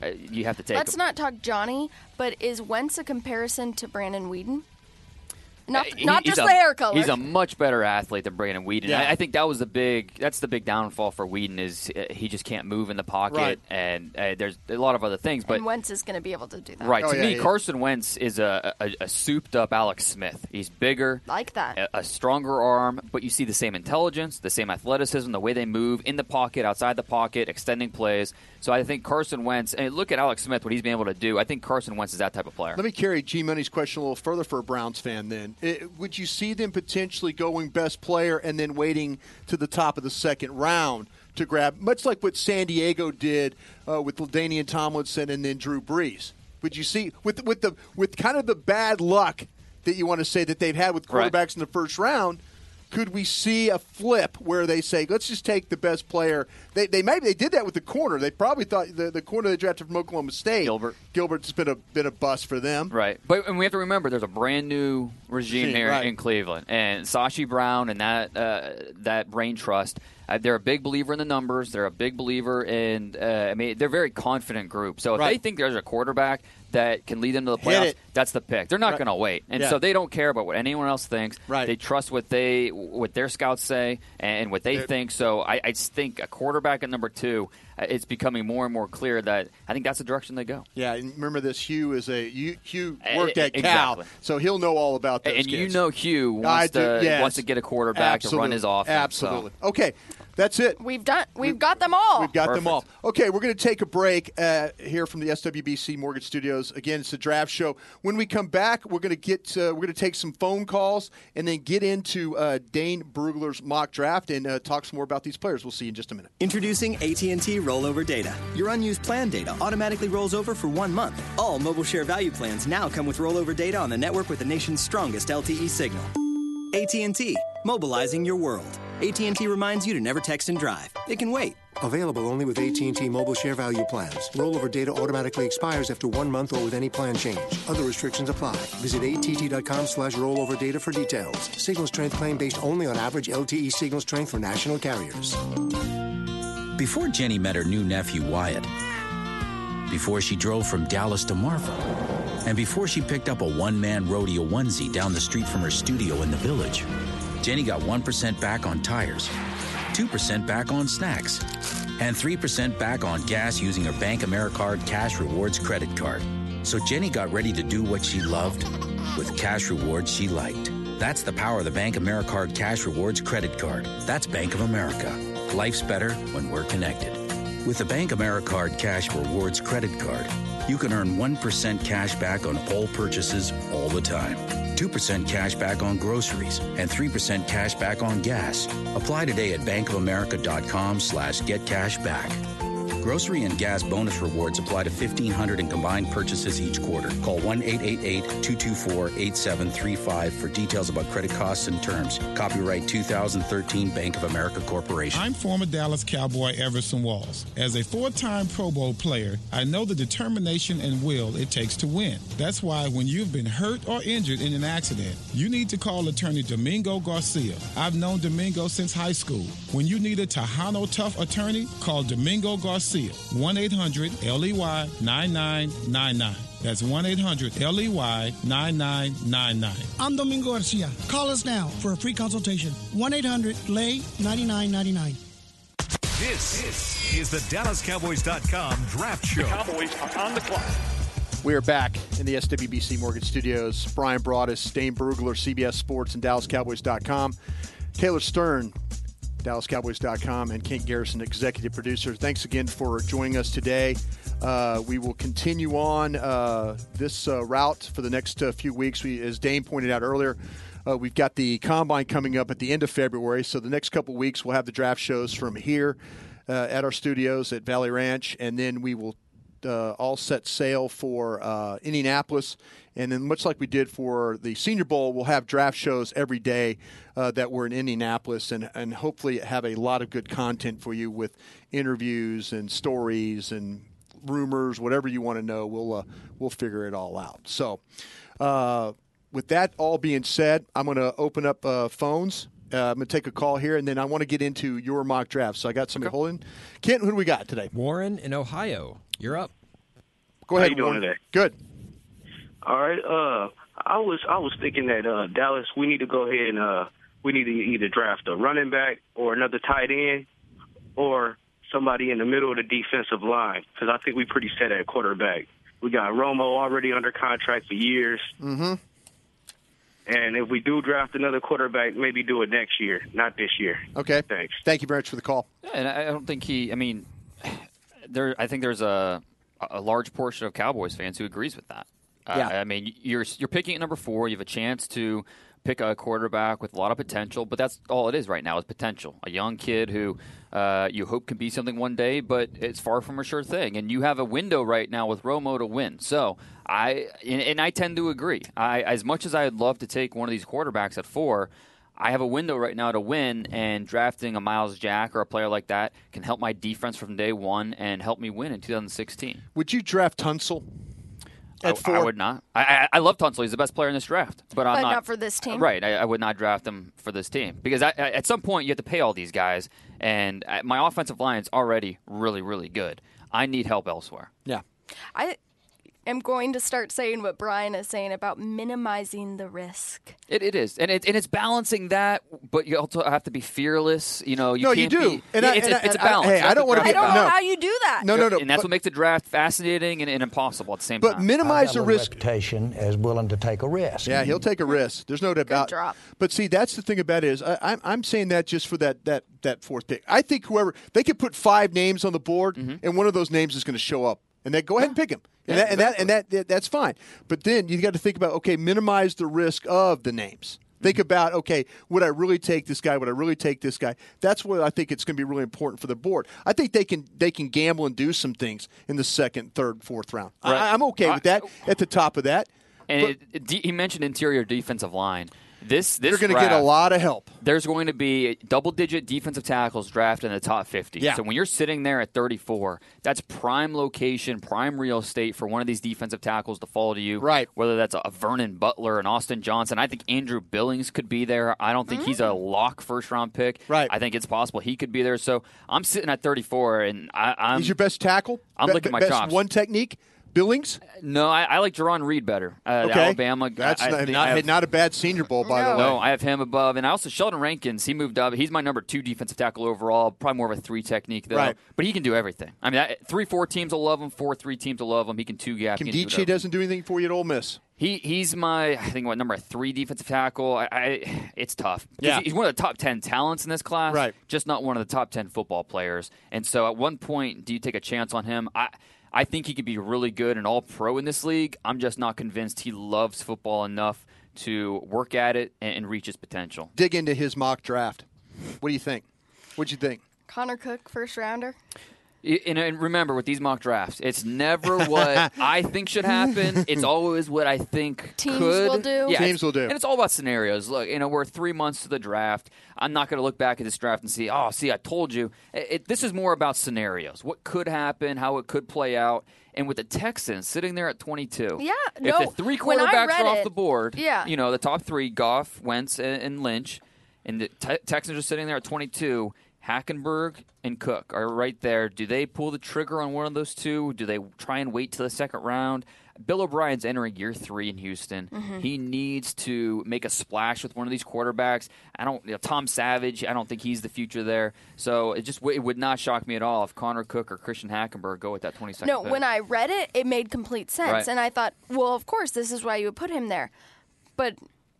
[SPEAKER 6] uh, you have to take.
[SPEAKER 5] Let's
[SPEAKER 6] him.
[SPEAKER 5] not talk Johnny, but is Wentz a comparison to Brandon Whedon? Not,
[SPEAKER 6] Uh, He-
[SPEAKER 5] not
[SPEAKER 6] he's
[SPEAKER 5] just
[SPEAKER 6] a-
[SPEAKER 5] the hair color.
[SPEAKER 6] He's a much better athlete than Brandon Whedon.
[SPEAKER 5] Yeah.
[SPEAKER 6] I, I think that was the big. That's the big downfall for Whedon is uh, he just can't move in the pocket,
[SPEAKER 5] Right.
[SPEAKER 6] and uh, there's a lot of other things. But
[SPEAKER 5] and Wentz is going to be able to do that.
[SPEAKER 6] Right. to me, Carson Wentz is a, a, a souped up Alex Smith. He's bigger,
[SPEAKER 5] Like that.
[SPEAKER 6] a, a stronger arm, but you see the same intelligence, the same athleticism, the way they move in the pocket, outside the pocket, extending plays. So I think Carson Wentz, and look at Alex Smith, what he's been able to do. I think Carson Wentz is that type of player.
[SPEAKER 4] Let me carry G Money's question a little further for a Browns fan. Then, It- would you see them potentially going best player and then waiting to the top of the second round to grab, much like what San Diego did uh, with Ladainian Tomlinson and then Drew Brees? Would you see with with the with kind of the bad luck that you want to say that they've had with quarterbacks
[SPEAKER 6] Right.
[SPEAKER 4] in the first round? Could we see a flip where they say, "Let's just take the best player"? They, they maybe they did that with the corner. They probably thought the, the corner they drafted from Oklahoma State, Gilbert. Gilbert's been a been a bust for them.
[SPEAKER 6] Right. But and we have to remember there's a brand new regime
[SPEAKER 4] Regime,
[SPEAKER 6] here
[SPEAKER 4] right.
[SPEAKER 6] in Cleveland, and Sashi Brown and that uh, that brain trust. Uh, they're a big believer in the numbers. They're a big believer in. Uh, I mean, they're a very confident group. So if they
[SPEAKER 14] Right.
[SPEAKER 6] think there's a quarterback that can lead them to the
[SPEAKER 14] Hit
[SPEAKER 6] playoffs,
[SPEAKER 14] it.
[SPEAKER 6] that's the pick. They're not
[SPEAKER 14] Right.
[SPEAKER 6] going to wait, and
[SPEAKER 14] Yeah.
[SPEAKER 6] so they don't care about what anyone else thinks. Right. They trust what they what their scouts say and what they
[SPEAKER 14] They're-
[SPEAKER 6] think. So I, I just think a quarterback at number two, uh, it's becoming more and more clear that I think that's the direction they go.
[SPEAKER 4] Yeah, and remember this. Hugh is a you, Hugh worked
[SPEAKER 6] E-
[SPEAKER 4] at
[SPEAKER 6] exactly.
[SPEAKER 4] Cal, so he'll know all about those.
[SPEAKER 6] And you
[SPEAKER 4] kids.
[SPEAKER 6] know Hugh
[SPEAKER 4] I
[SPEAKER 6] wants
[SPEAKER 4] do,
[SPEAKER 6] to
[SPEAKER 4] yes.
[SPEAKER 6] wants to get a quarterback to run his
[SPEAKER 4] Absolutely.
[SPEAKER 6] offense. so.
[SPEAKER 4] Absolutely. Okay, that's it.
[SPEAKER 5] We've done. We've got them all.
[SPEAKER 4] We've got them all. Okay, we're going to take a break uh, here from the SWBC Mortgage Studios. Again, it's a draft show. When we come back, we're going to get uh, we're going to take some phone calls and then get into uh, Dane Brugler's mock draft and uh, talk some more about these players. We'll see you in just a minute.
[SPEAKER 10] Introducing AT&T Rollover Data. Your unused plan data automatically rolls over for one month. All mobile share value plans now come with rollover data on the network with the nation's strongest LTE signal. AT&T, mobilizing your world. AT&T reminds you to never text and drive. It can wait.
[SPEAKER 11] Available only with AT&T Mobile Share Value plans. Rollover data automatically expires after one month or with any plan change. Other restrictions apply. Visit att.com/slash rollover data for details. Signal strength claim based only on average LTE signal strength for national carriers.
[SPEAKER 15] Before Jenny met her new nephew Wyatt, before she drove from Dallas to Marfa, and before she picked up a one man rodeo onesie down the street from her studio in the village, Jenny got 1% back on tires, 2% back on snacks, and 3% back on gas using her Bank AmeriCard Cash Rewards credit card. So Jenny got ready to do what she loved with cash rewards she liked. That's the power of the Bank AmeriCard Cash Rewards credit card. That's Bank of America. Life's better when we're connected. With the Bank AmeriCard Cash Rewards credit card, you can earn 1% cash back on all purchases all the time. 2% cash back on groceries and 3% cash back on gas. Apply today at bankofamerica.com slash get cash back. Grocery and gas bonus rewards apply to 1,500 in combined purchases each quarter. Call 1 888 224 8735 for details about credit costs and terms. Copyright 2013 Bank of America Corporation.
[SPEAKER 16] I'm former Dallas Cowboy Everson Walls. As a four time Pro Bowl player, I know the determination and will it takes to win. That's why when you've been hurt or injured in an accident, you need to call attorney Domingo Garcia. I've known Domingo since high school. When you need a Tejano tough attorney, call Domingo Garcia, 1 800 LEY 9999. That's 1 800 LEY 9999.
[SPEAKER 17] I'm Domingo Garcia. Call us now for a free consultation. 1 800 LAY 9999.
[SPEAKER 1] This is the DallasCowboys.com draft show. Cowboys are on the clock.
[SPEAKER 4] We are back in the SWBC Mortgage Studios. Brian Broaddus, Dane Brugler, CBS Sports, and DallasCowboys.com. Taylor Stern, DallasCowboys.com, and Kent Garrison, executive producer. Thanks again for joining us today. Uh, we will continue on uh, this uh, route for the next uh, few weeks. We, as Dane pointed out earlier, uh, we've got the combine coming up at the end of February, so the next couple weeks we'll have the draft shows from here uh, at our studios at Valley Ranch, and then we will uh, all set sail for uh, Indianapolis. And then, much like we did for the Senior Bowl, we'll have draft shows every day uh, that we're in Indianapolis and, and hopefully have a lot of good content for you with interviews and stories and rumors, whatever you want to know. We'll, uh, we'll figure it all out. So, uh, with that all being said, I'm going to open up uh, phones. Uh, I'm going to take a call here, and then I want to get into your mock draft. So I got somebody holding. Kent, who do we got today?
[SPEAKER 14] Warren in Ohio, you're up.
[SPEAKER 4] Go
[SPEAKER 18] How
[SPEAKER 4] ahead.
[SPEAKER 18] you doing
[SPEAKER 4] Warren.
[SPEAKER 18] today?
[SPEAKER 4] Good.
[SPEAKER 18] All right. Uh, I was I was thinking that uh, Dallas, we need to go ahead and uh, we need to either draft a running back or another tight end or somebody in the middle of the defensive line because I think we're pretty set at quarterback. We got Romo already under contract for years,
[SPEAKER 4] Mm-hmm.
[SPEAKER 18] and if we do draft another quarterback, maybe do it next year, not this year.
[SPEAKER 4] Okay. Thanks. Thank you very much for the call.
[SPEAKER 6] Yeah, and I I don't think he. I mean, there. I think there's a a large portion of Cowboys fans who agrees with that.
[SPEAKER 4] Yeah.
[SPEAKER 6] I mean, you're you're picking at number four. You have a chance to pick a quarterback with a lot of potential, but that's all it is right now is potential. A young kid who uh, you hope can be something one day, but it's far from a sure thing. And you have a window right now with Romo to win. So I and, and I tend to agree. I as much as I'd love to take one of these quarterbacks at four. I have a window right now to win, and drafting a Miles Jack or a player like that can help my defense from day one and help me win in 2016.
[SPEAKER 4] Would you draft Tunsil? At
[SPEAKER 6] I,
[SPEAKER 4] four?
[SPEAKER 6] I would not. I, I, I love Tunsil. He's the best player in this draft, but I'm
[SPEAKER 5] But
[SPEAKER 6] not,
[SPEAKER 5] not for this team.
[SPEAKER 6] Right. I, I would not draft him for this team because I, I- at some point you have to pay all these guys, and uh, my offensive line's already really, really good. I need help elsewhere.
[SPEAKER 4] Yeah.
[SPEAKER 5] I am going to start saying what Brian is saying about minimizing the risk.
[SPEAKER 6] It, it is, and it, and it's balancing that, but you also have to be fearless. You know, you
[SPEAKER 4] No, you
[SPEAKER 6] can't
[SPEAKER 4] do.
[SPEAKER 6] Be,
[SPEAKER 4] And
[SPEAKER 6] Yeah,
[SPEAKER 4] I-
[SPEAKER 6] it's,
[SPEAKER 4] and
[SPEAKER 6] it's- it's
[SPEAKER 4] I-
[SPEAKER 6] a balance.
[SPEAKER 4] I- hey,
[SPEAKER 6] You have
[SPEAKER 4] I don't wanna
[SPEAKER 6] draft
[SPEAKER 4] be-
[SPEAKER 6] the
[SPEAKER 4] I don't know
[SPEAKER 6] balance.
[SPEAKER 4] how
[SPEAKER 5] you do that.
[SPEAKER 4] No, no, no,
[SPEAKER 6] And that's
[SPEAKER 4] but-
[SPEAKER 6] what makes the draft fascinating and, and impossible at the same
[SPEAKER 4] But
[SPEAKER 6] time.
[SPEAKER 4] minimize the risk.
[SPEAKER 19] reputation as willing to take a risk.
[SPEAKER 4] Yeah, he'll take a risk. There's no doubt about.
[SPEAKER 19] drop.
[SPEAKER 4] But see, that's the thing about it is I, I'm I'm saying that just for that that that fourth pick. I think whoever they could put five names on the board, and one of those names is going to show up, and they go ahead and pick him, and, that, and that and that that's fine. But then you got to think about okay, minimize the risk of the names. Think about okay, would I really take this guy? Would I really take this guy? That's what I think it's going to be really important for the board. I think they can they can gamble and do some things in the second, third, fourth round.
[SPEAKER 6] Right.
[SPEAKER 4] I, I'm okay with that at the top of that.
[SPEAKER 6] And it, it, de- he mentioned interior defensive line. This this
[SPEAKER 4] You're going to get a
[SPEAKER 6] draft,
[SPEAKER 4] lot of help.
[SPEAKER 6] There's going to be double digit defensive tackles drafted in the top 50.
[SPEAKER 4] Yeah.
[SPEAKER 6] So when you're sitting there at 34, that's prime location, prime real estate for one of these defensive tackles to fall to you. Right. Whether that's a Vernon Butler and Austin Johnson. I think Andrew Billings could be there. I don't think he's a
[SPEAKER 4] Mm.
[SPEAKER 6] lock first round pick. Right. I think it's possible he could be there. So I'm sitting at 34, and I, I'm.
[SPEAKER 4] He's your best tackle.
[SPEAKER 6] I'm
[SPEAKER 4] Be-
[SPEAKER 6] licking my
[SPEAKER 4] best
[SPEAKER 6] chops.
[SPEAKER 4] One technique, Billings.
[SPEAKER 6] no, I, I like Jerron Reed better. Uh,
[SPEAKER 4] Okay.
[SPEAKER 6] Alabama.
[SPEAKER 4] That's
[SPEAKER 6] I- I
[SPEAKER 4] not-
[SPEAKER 6] think
[SPEAKER 4] not-
[SPEAKER 6] I have-
[SPEAKER 4] not a bad Senior Bowl, by the way.
[SPEAKER 6] No, I have him above, and I also Sheldon Rankins. He moved up. He's my number two defensive tackle overall. Probably more of a three technique though.
[SPEAKER 4] Right.
[SPEAKER 6] But he can do everything. I mean, that, three four teams will love him. Four three teams will love him. He can two gap. He can do
[SPEAKER 4] Kimdichi
[SPEAKER 6] whatever.
[SPEAKER 4] doesn't do anything for you at Ole Miss.
[SPEAKER 6] He he's my I think what number three defensive tackle. I, I it's tough. 'Cause
[SPEAKER 4] Yeah.
[SPEAKER 6] he's one of the top ten talents in this class.
[SPEAKER 4] Right.
[SPEAKER 6] just not one of the top ten football players. And so at one point, do you take a chance on him? I. I think he could be really good and all pro in this league. I'm just not convinced he loves football enough to work at it and, and reach his potential.
[SPEAKER 4] Dig into his mock draft. What do you think? What'd you think?
[SPEAKER 5] Connor Cook, first rounder.
[SPEAKER 6] Y- And, and remember, with these mock drafts, it's never what I think should happen. It's always what I think
[SPEAKER 5] Teams
[SPEAKER 6] could.
[SPEAKER 5] will do.
[SPEAKER 6] Yeah,
[SPEAKER 4] Teams
[SPEAKER 6] it's-
[SPEAKER 4] will do.
[SPEAKER 6] And it's all about scenarios. Look, you know, we're three months to the draft. I'm not going to look back at this draft and see, oh, see, I told you. It, it- this is more about scenarios. What could happen? How it could play out? And with the Texans sitting there at 22,
[SPEAKER 5] Yeah,
[SPEAKER 6] if
[SPEAKER 5] no,
[SPEAKER 6] the three
[SPEAKER 5] when I
[SPEAKER 6] quarterbacks
[SPEAKER 5] read
[SPEAKER 6] are off
[SPEAKER 5] it-
[SPEAKER 6] the board,
[SPEAKER 5] yeah.
[SPEAKER 6] you know, the top three, Goff, Wentz, and, and Lynch, and the te- Texans are sitting there at 22. Hackenberg and Cook are right there. Do they pull the trigger on one of those two? Do they try and wait till the second round? Bill O'Brien's entering year three in Houston.
[SPEAKER 5] Mm-hmm.
[SPEAKER 20] Mhm.
[SPEAKER 6] He needs to make a splash with one of these quarterbacks. I don't, you know, Tom Savage. I don't think he's the future there. So it just w- it would not shock me at all if Connor Cook or Christian Hackenberg go with that twenty second.
[SPEAKER 5] no, when I read it, it made complete sense.
[SPEAKER 6] Right.
[SPEAKER 5] And I thought, well, of course, this is why you would put him there. But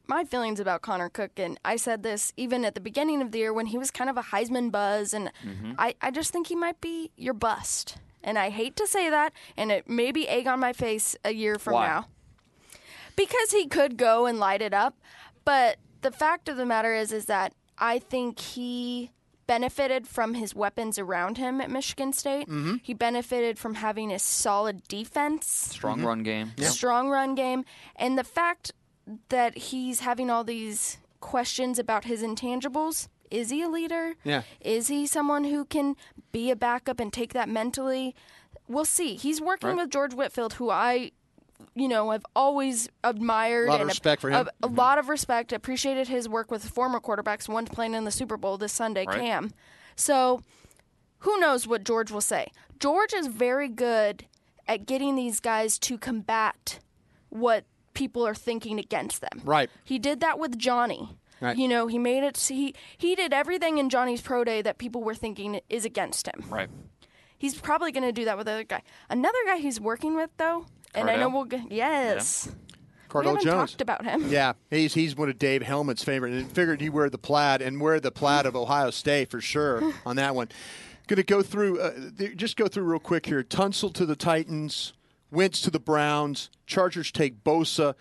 [SPEAKER 5] my feelings about Connor Cook, and I said this even at the beginning of the year when he was kind of a Heisman buzz, and
[SPEAKER 20] Mhm.
[SPEAKER 5] I, I just think he might be your bust. And I hate to say that, and it may be egg on my face a year from
[SPEAKER 20] Why?
[SPEAKER 5] now. Because he could go and light it up, but the fact of the matter is is that I think he benefited from his weapons around him at Michigan State.
[SPEAKER 6] Mhm.
[SPEAKER 5] He benefited from having a solid defense
[SPEAKER 6] Strong run game.
[SPEAKER 5] strong run game, and the fact that he's having all these questions about his intangibles. Is he a leader?
[SPEAKER 20] Yeah.
[SPEAKER 5] Is he someone who can be a backup and take that mentally? We'll see. He's working
[SPEAKER 20] Right.
[SPEAKER 5] with George Whitfield, who I, you know, have always admired.
[SPEAKER 4] A lot of
[SPEAKER 5] and
[SPEAKER 4] respect for him. Mm-hmm.
[SPEAKER 5] A, a lot of respect. Appreciated his work with former quarterbacks, one playing in the Super Bowl this Sunday,
[SPEAKER 20] Right.
[SPEAKER 5] Cam. So who knows what George will say? George is very good at getting these guys to combat what people are thinking against them.
[SPEAKER 4] Right.
[SPEAKER 5] He did that with Johnny.
[SPEAKER 4] Right.
[SPEAKER 5] You know, he made it. He he did everything in Johnny's pro day that people were thinking is against him.
[SPEAKER 6] Right.
[SPEAKER 5] He's probably going to do that with the other guy. Another guy he's working with though, and I know
[SPEAKER 4] Cardell?
[SPEAKER 5] we'll g- yes.
[SPEAKER 4] Cardell
[SPEAKER 5] we haven't
[SPEAKER 4] Jones.
[SPEAKER 5] talked about him.
[SPEAKER 4] Yeah, he's he's one of Dave Hellman's favorite, and figured he wear the plaid and wear the plaid of Ohio State for sure on that one. Going to go through, uh, th- just go through real quick here. Tunsil to the Titans, Wentz to the Browns. Chargers take Bosa,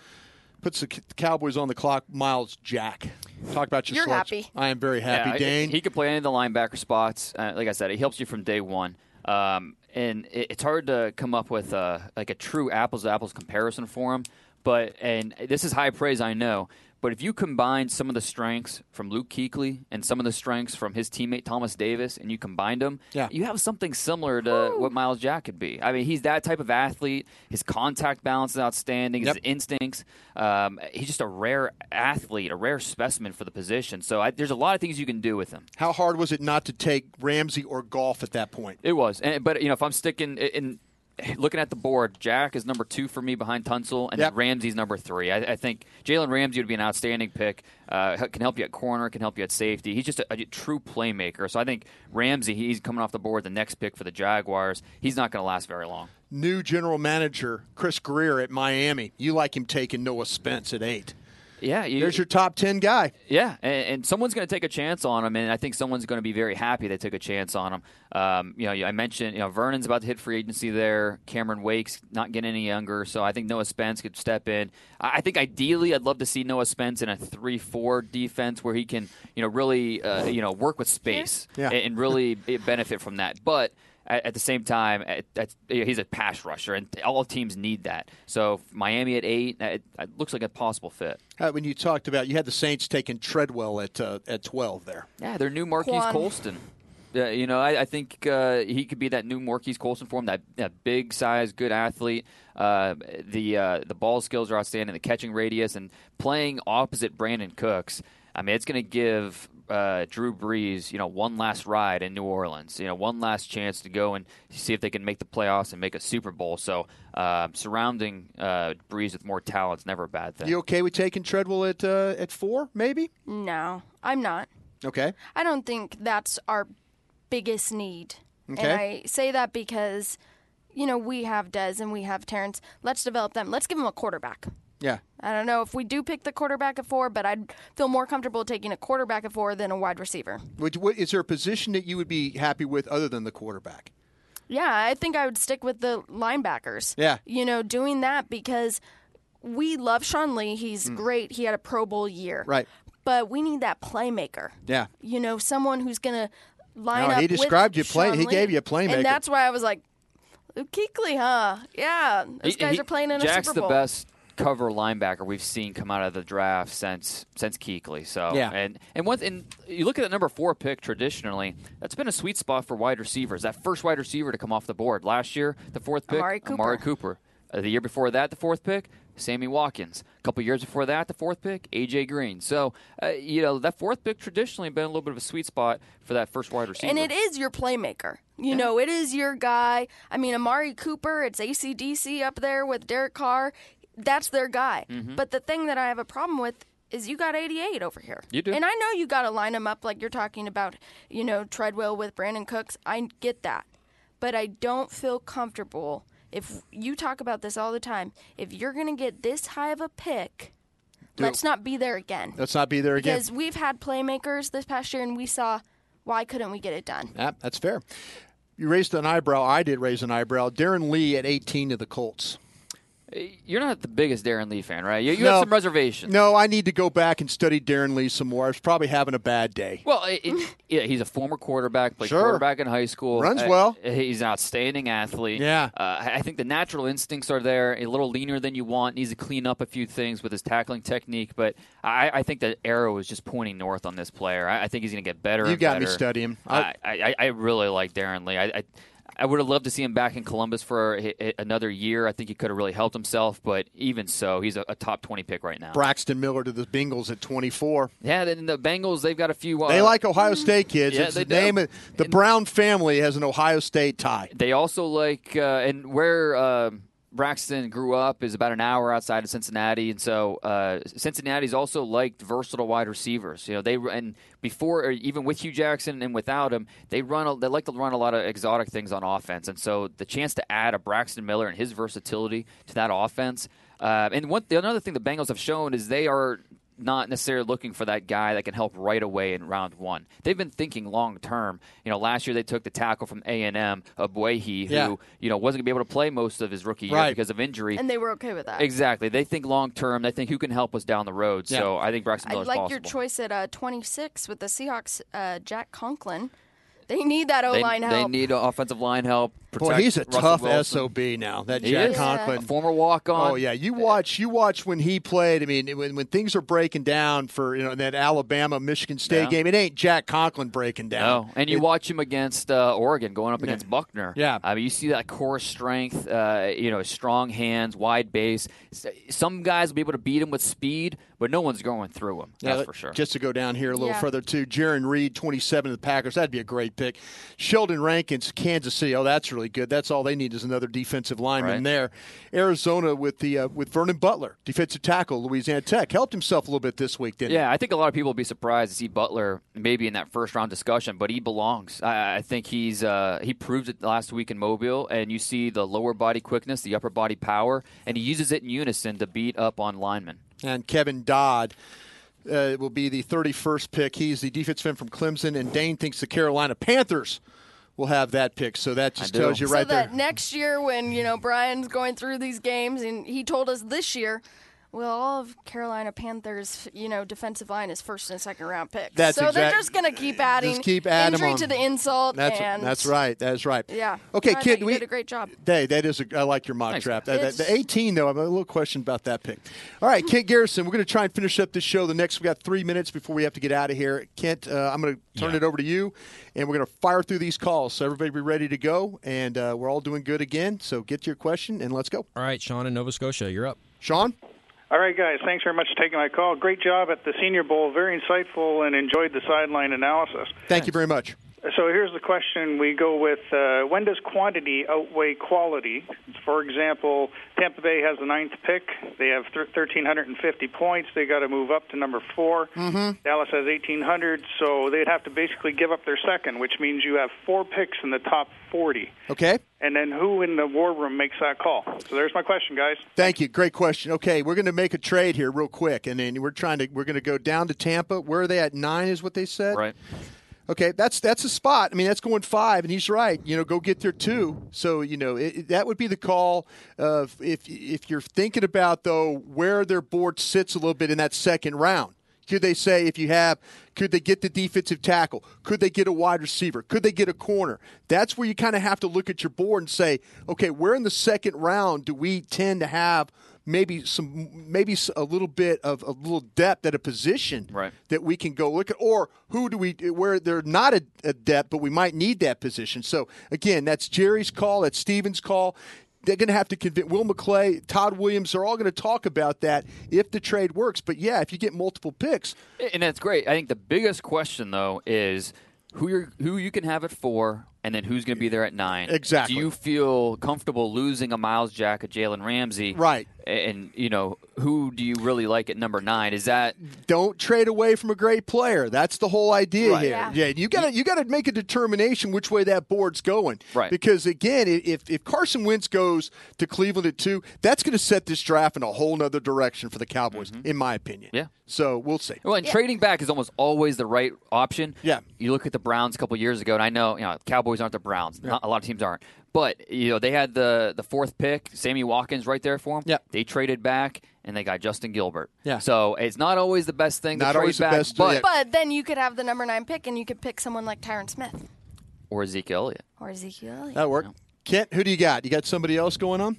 [SPEAKER 4] puts the C- Cowboys on the clock. Miles Jack, talk about your.
[SPEAKER 5] You're
[SPEAKER 4] selection.
[SPEAKER 5] happy.
[SPEAKER 4] I am very happy,
[SPEAKER 6] Yeah, I-
[SPEAKER 4] Dane.
[SPEAKER 6] He could play any of the linebacker spots. Uh, like I said, it helps you from day one. Um, and it, it's hard to come up with uh like a true apples to apples comparison for him. But and this is high praise, I know. But if you combine some of the strengths from Luke Kuechly and some of the strengths from his teammate Thomas Davis, and you combined them,
[SPEAKER 4] Yeah.
[SPEAKER 6] you have something similar to what Miles Jack could be. I mean, he's that type of athlete. His contact balance is outstanding. His instincts. Um, he's just a rare athlete, a rare specimen for the position. So I, there's a lot of things you can do with him.
[SPEAKER 4] How hard was it not to take Ramsey or Golf at that point?
[SPEAKER 6] It was, and, but you know, if I'm sticking in, in looking at the board, Jack is number two for me behind Tunsil, and
[SPEAKER 4] Yep.
[SPEAKER 6] Ramsey's number three. I, I think Jalen Ramsey would be an outstanding pick. Uh, h- can help you at corner, can help you at safety. He's just a, a true playmaker. So I think Ramsey, he's coming off the board, the next pick for the Jaguars. He's not going to last very long.
[SPEAKER 4] New general manager Chris Greer at Miami. You like him taking Noah Spence at eight.
[SPEAKER 6] Yeah, you,
[SPEAKER 4] There's your top ten guy.
[SPEAKER 6] Yeah, and, and someone's going to take a chance on him, and I think someone's going to be very happy they took a chance on him. Um, you know, I mentioned you know Vernon's about to hit free agency there. Cameron Wake's not getting any younger, so I think Noah Spence could step in. I, I think ideally, I'd love to see Noah Spence in a three-four defense where he can you know really uh, you know work with space
[SPEAKER 4] Yeah.
[SPEAKER 6] and, and really be- benefit from that, but. At at the same time, at- that's- yeah, he's a pass rusher, and all teams need that. So Miami at eight, uh, it, it looks like a possible fit.
[SPEAKER 4] Uh, when you talked about you had the Saints taking Treadwell at uh, at twelve there.
[SPEAKER 6] Yeah, their new Marquise
[SPEAKER 4] Quan.
[SPEAKER 6] Colston. Yeah, you know, I, I think uh, he could be that new Marquise Colston for him. That, that big size, good athlete. Uh, the uh, the ball skills are outstanding. The catching radius and playing opposite Brandon Cooks. I mean, it's going to give uh, Drew Brees, you know, one last ride in New Orleans. You know, one last chance to go and see if they can make the playoffs and make a Super Bowl. So, uh, surrounding uh, Brees with more talent is never a bad thing.
[SPEAKER 4] You okay with taking Treadwell at uh, at four? Maybe.
[SPEAKER 5] No, I'm not.
[SPEAKER 4] Okay.
[SPEAKER 5] I don't think that's our biggest need. And
[SPEAKER 4] Okay.
[SPEAKER 5] I say that because, you know, we have Dez and we have Terrence. Let's develop them. Let's give them a quarterback.
[SPEAKER 4] Yeah.
[SPEAKER 5] I don't know if we do pick the quarterback at four, but I'd feel more comfortable taking a quarterback at four than a wide receiver.
[SPEAKER 4] Would, what, is there a position that you would be happy with other than the quarterback?
[SPEAKER 5] Yeah, I think I would stick with the linebackers.
[SPEAKER 4] Yeah.
[SPEAKER 5] You know, doing that because we love Sean Lee. He's
[SPEAKER 4] Mm.
[SPEAKER 5] great. He had a Pro Bowl year.
[SPEAKER 4] Right.
[SPEAKER 5] But we need that playmaker.
[SPEAKER 4] Yeah.
[SPEAKER 5] you know, someone who's going to line
[SPEAKER 4] No,
[SPEAKER 5] up.
[SPEAKER 4] he described
[SPEAKER 5] with
[SPEAKER 4] you play-
[SPEAKER 5] Sean
[SPEAKER 4] he
[SPEAKER 5] Lee.
[SPEAKER 4] gave you a playmaker.
[SPEAKER 5] and that's why I was like, Luke Kuechly, huh? Yeah, those
[SPEAKER 6] He-
[SPEAKER 5] guys
[SPEAKER 6] he-
[SPEAKER 5] are playing in
[SPEAKER 6] Jack's
[SPEAKER 5] a Super Bowl.
[SPEAKER 6] the best cover linebacker we've seen come out of the draft since since Keekly. So
[SPEAKER 4] Yeah.
[SPEAKER 6] and and one and you look at that number four pick traditionally, that's been a sweet spot for wide receivers. That first wide receiver to come off the board last year, the fourth pick,
[SPEAKER 5] Amari Cooper.
[SPEAKER 6] Cooper. Uh, the year before that, the fourth pick, Sammy Watkins. A couple years before that, the fourth pick, AJ Green. So uh, you know that fourth pick traditionally been a little bit of a sweet spot for that first wide receiver.
[SPEAKER 5] And it is your playmaker. You know, it is your guy. I mean, Amari Cooper, it's ACDC up there with Derek Carr. That's their guy.
[SPEAKER 20] Mhm.
[SPEAKER 5] But the thing that I have a problem with is you got 88 over here.
[SPEAKER 20] You do.
[SPEAKER 5] And I know you got to line them up like you're talking about, you know, Treadwell with Brandon Cooks. I get that. But I don't feel comfortable if you talk about this all the time. If you're going to get this high of a pick, Let's not be there again.
[SPEAKER 4] Let's not be there again.
[SPEAKER 5] Because we've had playmakers this past year, and we saw why couldn't we get it done?
[SPEAKER 4] Yeah, Ah, that's fair. You raised an eyebrow. I did raise an eyebrow. Darren Lee at 18 to the Colts.
[SPEAKER 6] You're not the biggest Darren Lee fan, right? You, you
[SPEAKER 4] No.
[SPEAKER 6] have some reservations.
[SPEAKER 4] No, I need to go back and study Darren Lee some more. I was probably having a bad day.
[SPEAKER 6] Well, it, it, yeah, he's a former quarterback, played
[SPEAKER 4] Sure.
[SPEAKER 6] quarterback in high school,
[SPEAKER 4] Runs
[SPEAKER 6] Uh,
[SPEAKER 4] well.
[SPEAKER 6] He's an outstanding athlete.
[SPEAKER 4] Yeah.
[SPEAKER 6] uh, I I think the natural instincts are there. A little leaner than you want. Needs to clean up a few things with his tackling technique, but I, I think the arrow is just pointing north on this player. I, I think he's going to get better.
[SPEAKER 4] You
[SPEAKER 6] and
[SPEAKER 4] got me
[SPEAKER 6] better.
[SPEAKER 4] studying.
[SPEAKER 6] I, I, I, I really like Darren Lee. I. I I would have loved to see him back in Columbus for a, a- another year. I think he could have really helped himself, but even so, he's a, a top twenty pick right now.
[SPEAKER 4] Braxton Miller to the Bengals at 24.
[SPEAKER 6] Yeah, then the Bengals they've got a few. Uh,
[SPEAKER 4] They like Ohio State kids.
[SPEAKER 6] Yeah,
[SPEAKER 4] it's
[SPEAKER 6] they
[SPEAKER 4] the name
[SPEAKER 6] do.
[SPEAKER 4] of, the Brown family has an Ohio State tie.
[SPEAKER 6] They also like, uh, and where uh, Braxton grew up is about an hour outside of Cincinnati, and so uh, Cincinnati's also liked versatile wide receivers. You know, they and before, or even with Hugh Jackson and without him, they run. a- They like to run a lot of exotic things on offense, and so the chance to add a Braxton Miller and his versatility to that offense. Uh, and one the another thing the Bengals have shown is they are not necessarily looking for that guy that can help right away in round one. They've been thinking long term. You know, last year they took the tackle from A and M, Abwehi, who
[SPEAKER 5] Yeah.
[SPEAKER 6] you know wasn't going to be able to play most of his rookie year
[SPEAKER 5] Right.
[SPEAKER 6] because of injury.
[SPEAKER 5] And they were okay with that.
[SPEAKER 6] exactly, they think long term. They think who can help us down the road. So I think Braxton
[SPEAKER 5] I
[SPEAKER 6] Miller
[SPEAKER 5] like
[SPEAKER 6] is possible.
[SPEAKER 5] your choice at uh, 26 with the Seahawks, uh, Jack Conklin. They need that O
[SPEAKER 6] They-
[SPEAKER 5] line
[SPEAKER 6] they,
[SPEAKER 5] help.
[SPEAKER 6] need an offensive line help.
[SPEAKER 4] Boy,
[SPEAKER 6] protect
[SPEAKER 4] he's a
[SPEAKER 6] Russell
[SPEAKER 4] tough
[SPEAKER 6] Wilson.
[SPEAKER 4] sob now. That
[SPEAKER 6] He
[SPEAKER 4] Jack
[SPEAKER 6] is.
[SPEAKER 4] Conklin,
[SPEAKER 6] A former walk on.
[SPEAKER 4] Oh yeah, you watch. You watch when he played. I mean, when, when things are breaking down for you know that Alabama Michigan State
[SPEAKER 6] Yeah.
[SPEAKER 4] game, it ain't Jack Conklin breaking down.
[SPEAKER 6] No, and you
[SPEAKER 4] It-
[SPEAKER 6] watch him against uh, Oregon going up against Buckner.
[SPEAKER 4] Yeah.
[SPEAKER 6] I mean, you see that core strength, uh, you know, strong hands, wide base. S- Some guys will be able to beat him with speed, but no one's going through him.
[SPEAKER 4] Yeah,
[SPEAKER 6] that's for sure.
[SPEAKER 4] Just to go down here a little
[SPEAKER 6] Yeah.
[SPEAKER 4] further too, Jaron Reed, twenty-seven of the Packers. That'd be a great pick. Sheldon Rankins, Kansas City. Oh, that's really good. That's all they need is another defensive lineman
[SPEAKER 6] Right.
[SPEAKER 4] there. Arizona with the uh, with Vernon Butler, defensive tackle, Louisiana Tech, helped himself a little bit this week, didn't
[SPEAKER 6] yeah, I think a lot of people will be surprised to see Butler maybe in that first round discussion, but he belongs. I, I think he's uh, he proved it last week in Mobile, and you see the lower body quickness, the upper body power, and he uses it in unison to beat up on linemen.
[SPEAKER 4] he? And Kevin Dodd. Uh, will be the 31st pick. He's the defensive end from Clemson, and Dane thinks the Carolina Panthers will have that pick. So that just
[SPEAKER 6] do.
[SPEAKER 4] tells you
[SPEAKER 5] so
[SPEAKER 4] right there.
[SPEAKER 5] that next year, when you know Brian's going through these games, and he told us this year, well, all of Carolina Panthers, you know, defensive line is first and second round picks.
[SPEAKER 4] That's
[SPEAKER 5] so they're
[SPEAKER 4] exact-
[SPEAKER 5] just going to keep adding
[SPEAKER 4] keep adding 'em
[SPEAKER 5] injury
[SPEAKER 4] on.
[SPEAKER 5] to the insult.
[SPEAKER 4] that's
[SPEAKER 5] and
[SPEAKER 4] that's right. That's right.
[SPEAKER 5] Yeah.
[SPEAKER 4] Okay,
[SPEAKER 5] I thought
[SPEAKER 4] kid.
[SPEAKER 5] you
[SPEAKER 4] we
[SPEAKER 5] did a great job.
[SPEAKER 4] Hey, that is a, I like your mock draft. Uh,
[SPEAKER 5] It's-
[SPEAKER 4] the, the 18, though, I have a little question about that pick. All right, Kent Garrison, we're going to try and finish up this show. The next, we got three minutes before we have to get out of here. Kent, uh, I'm going to turn it over to you, and we're going to fire through these calls. So everybody be ready to go, and uh, we're all doing good again. So get to your question, and let's go.
[SPEAKER 14] All right, Sean in Nova Scotia, you're up.
[SPEAKER 4] Sean?
[SPEAKER 20] All right, guys. Thanks very much for taking my call. Great job at the Senior Bowl. Very insightful and enjoyed the sideline analysis.
[SPEAKER 4] Thank you very much.
[SPEAKER 20] So here's the question we go with uh, when does quantity outweigh quality? For example, Tampa Bay has the ninth pick. They have th- 1,350 points. They got to move up to number four.
[SPEAKER 21] Mm-hmm.
[SPEAKER 20] Dallas has 1,800, so they'd have to basically give up their second, which means you have four picks in the top 40.
[SPEAKER 4] Okay.
[SPEAKER 20] And then who in the war room makes that call? So there's my question, guys.
[SPEAKER 4] Thank you. Great question. Okay, we're going to make a trade here real quick, and then we're trying to we're going to go down to Tampa. Where are they at? Nine is what they said.
[SPEAKER 6] Right.
[SPEAKER 4] Okay, that's that's a spot. I mean, that's going five, and he's right. You know, go get there two. So you know it, it- that would be the call. Of if if you're thinking about though where their board sits a little bit in that second round. Could they say if you have? Could they get the defensive tackle? Could they get a wide receiver? Could they get a corner? That's where you kind of have to look at your board and say, okay, where in the second round do we tend to have maybe some, maybe s- a little bit of a little depth at a position
[SPEAKER 6] Right.
[SPEAKER 4] that we can go look at, or who do we where they're not a, a depth, but we might need that position. So again, that's Jerry's call, that's Steven's call. They're going to have to convince Will McClay, Todd Williams. They're all going to talk about that if the trade works. But yeah, if you get multiple picks,
[SPEAKER 6] And that's great. I think the biggest question though is who you who you can have it for, and then who's going to be there at nine.
[SPEAKER 4] Exactly.
[SPEAKER 6] Do you feel comfortable losing a Miles Jack, a Jalen Ramsey,
[SPEAKER 4] right?
[SPEAKER 6] And you know who do you really like at number nine? Is that
[SPEAKER 4] don't trade away from a great player. That's the whole idea
[SPEAKER 6] Right.
[SPEAKER 4] here.
[SPEAKER 6] Yeah.
[SPEAKER 4] Yeah, you got to you got to make a determination which way that board's going.
[SPEAKER 6] Right.
[SPEAKER 4] Because again, i- if if Carson Wentz goes to Cleveland at two, that's going to set this draft in a whole nother direction for the Cowboys, in my opinion.
[SPEAKER 6] Mm-hmm. Yeah.
[SPEAKER 4] So we'll see.
[SPEAKER 6] Well, and trading back is almost always the right option.
[SPEAKER 4] Yeah.
[SPEAKER 6] You look at the Browns a couple years ago, and I know you know Cowboys aren't the Browns.
[SPEAKER 4] Yeah.
[SPEAKER 6] Not, a lot of teams aren't, but you know they had the the fourth pick, Sammy Watkins, right there for them. Yeah. They traded back and they got Justin Gilbert.
[SPEAKER 4] Yeah.
[SPEAKER 6] So it's not always the best thing. to
[SPEAKER 4] Not
[SPEAKER 6] trade
[SPEAKER 4] always the
[SPEAKER 6] back,
[SPEAKER 4] best, uh,
[SPEAKER 6] but
[SPEAKER 5] But then you could have the number nine pick, and you could pick someone like Tyron Smith
[SPEAKER 6] or Zeke Elliott.
[SPEAKER 5] or Ezekiel. Elliott.
[SPEAKER 4] That worked. Kent, who do you got? You got somebody else going on?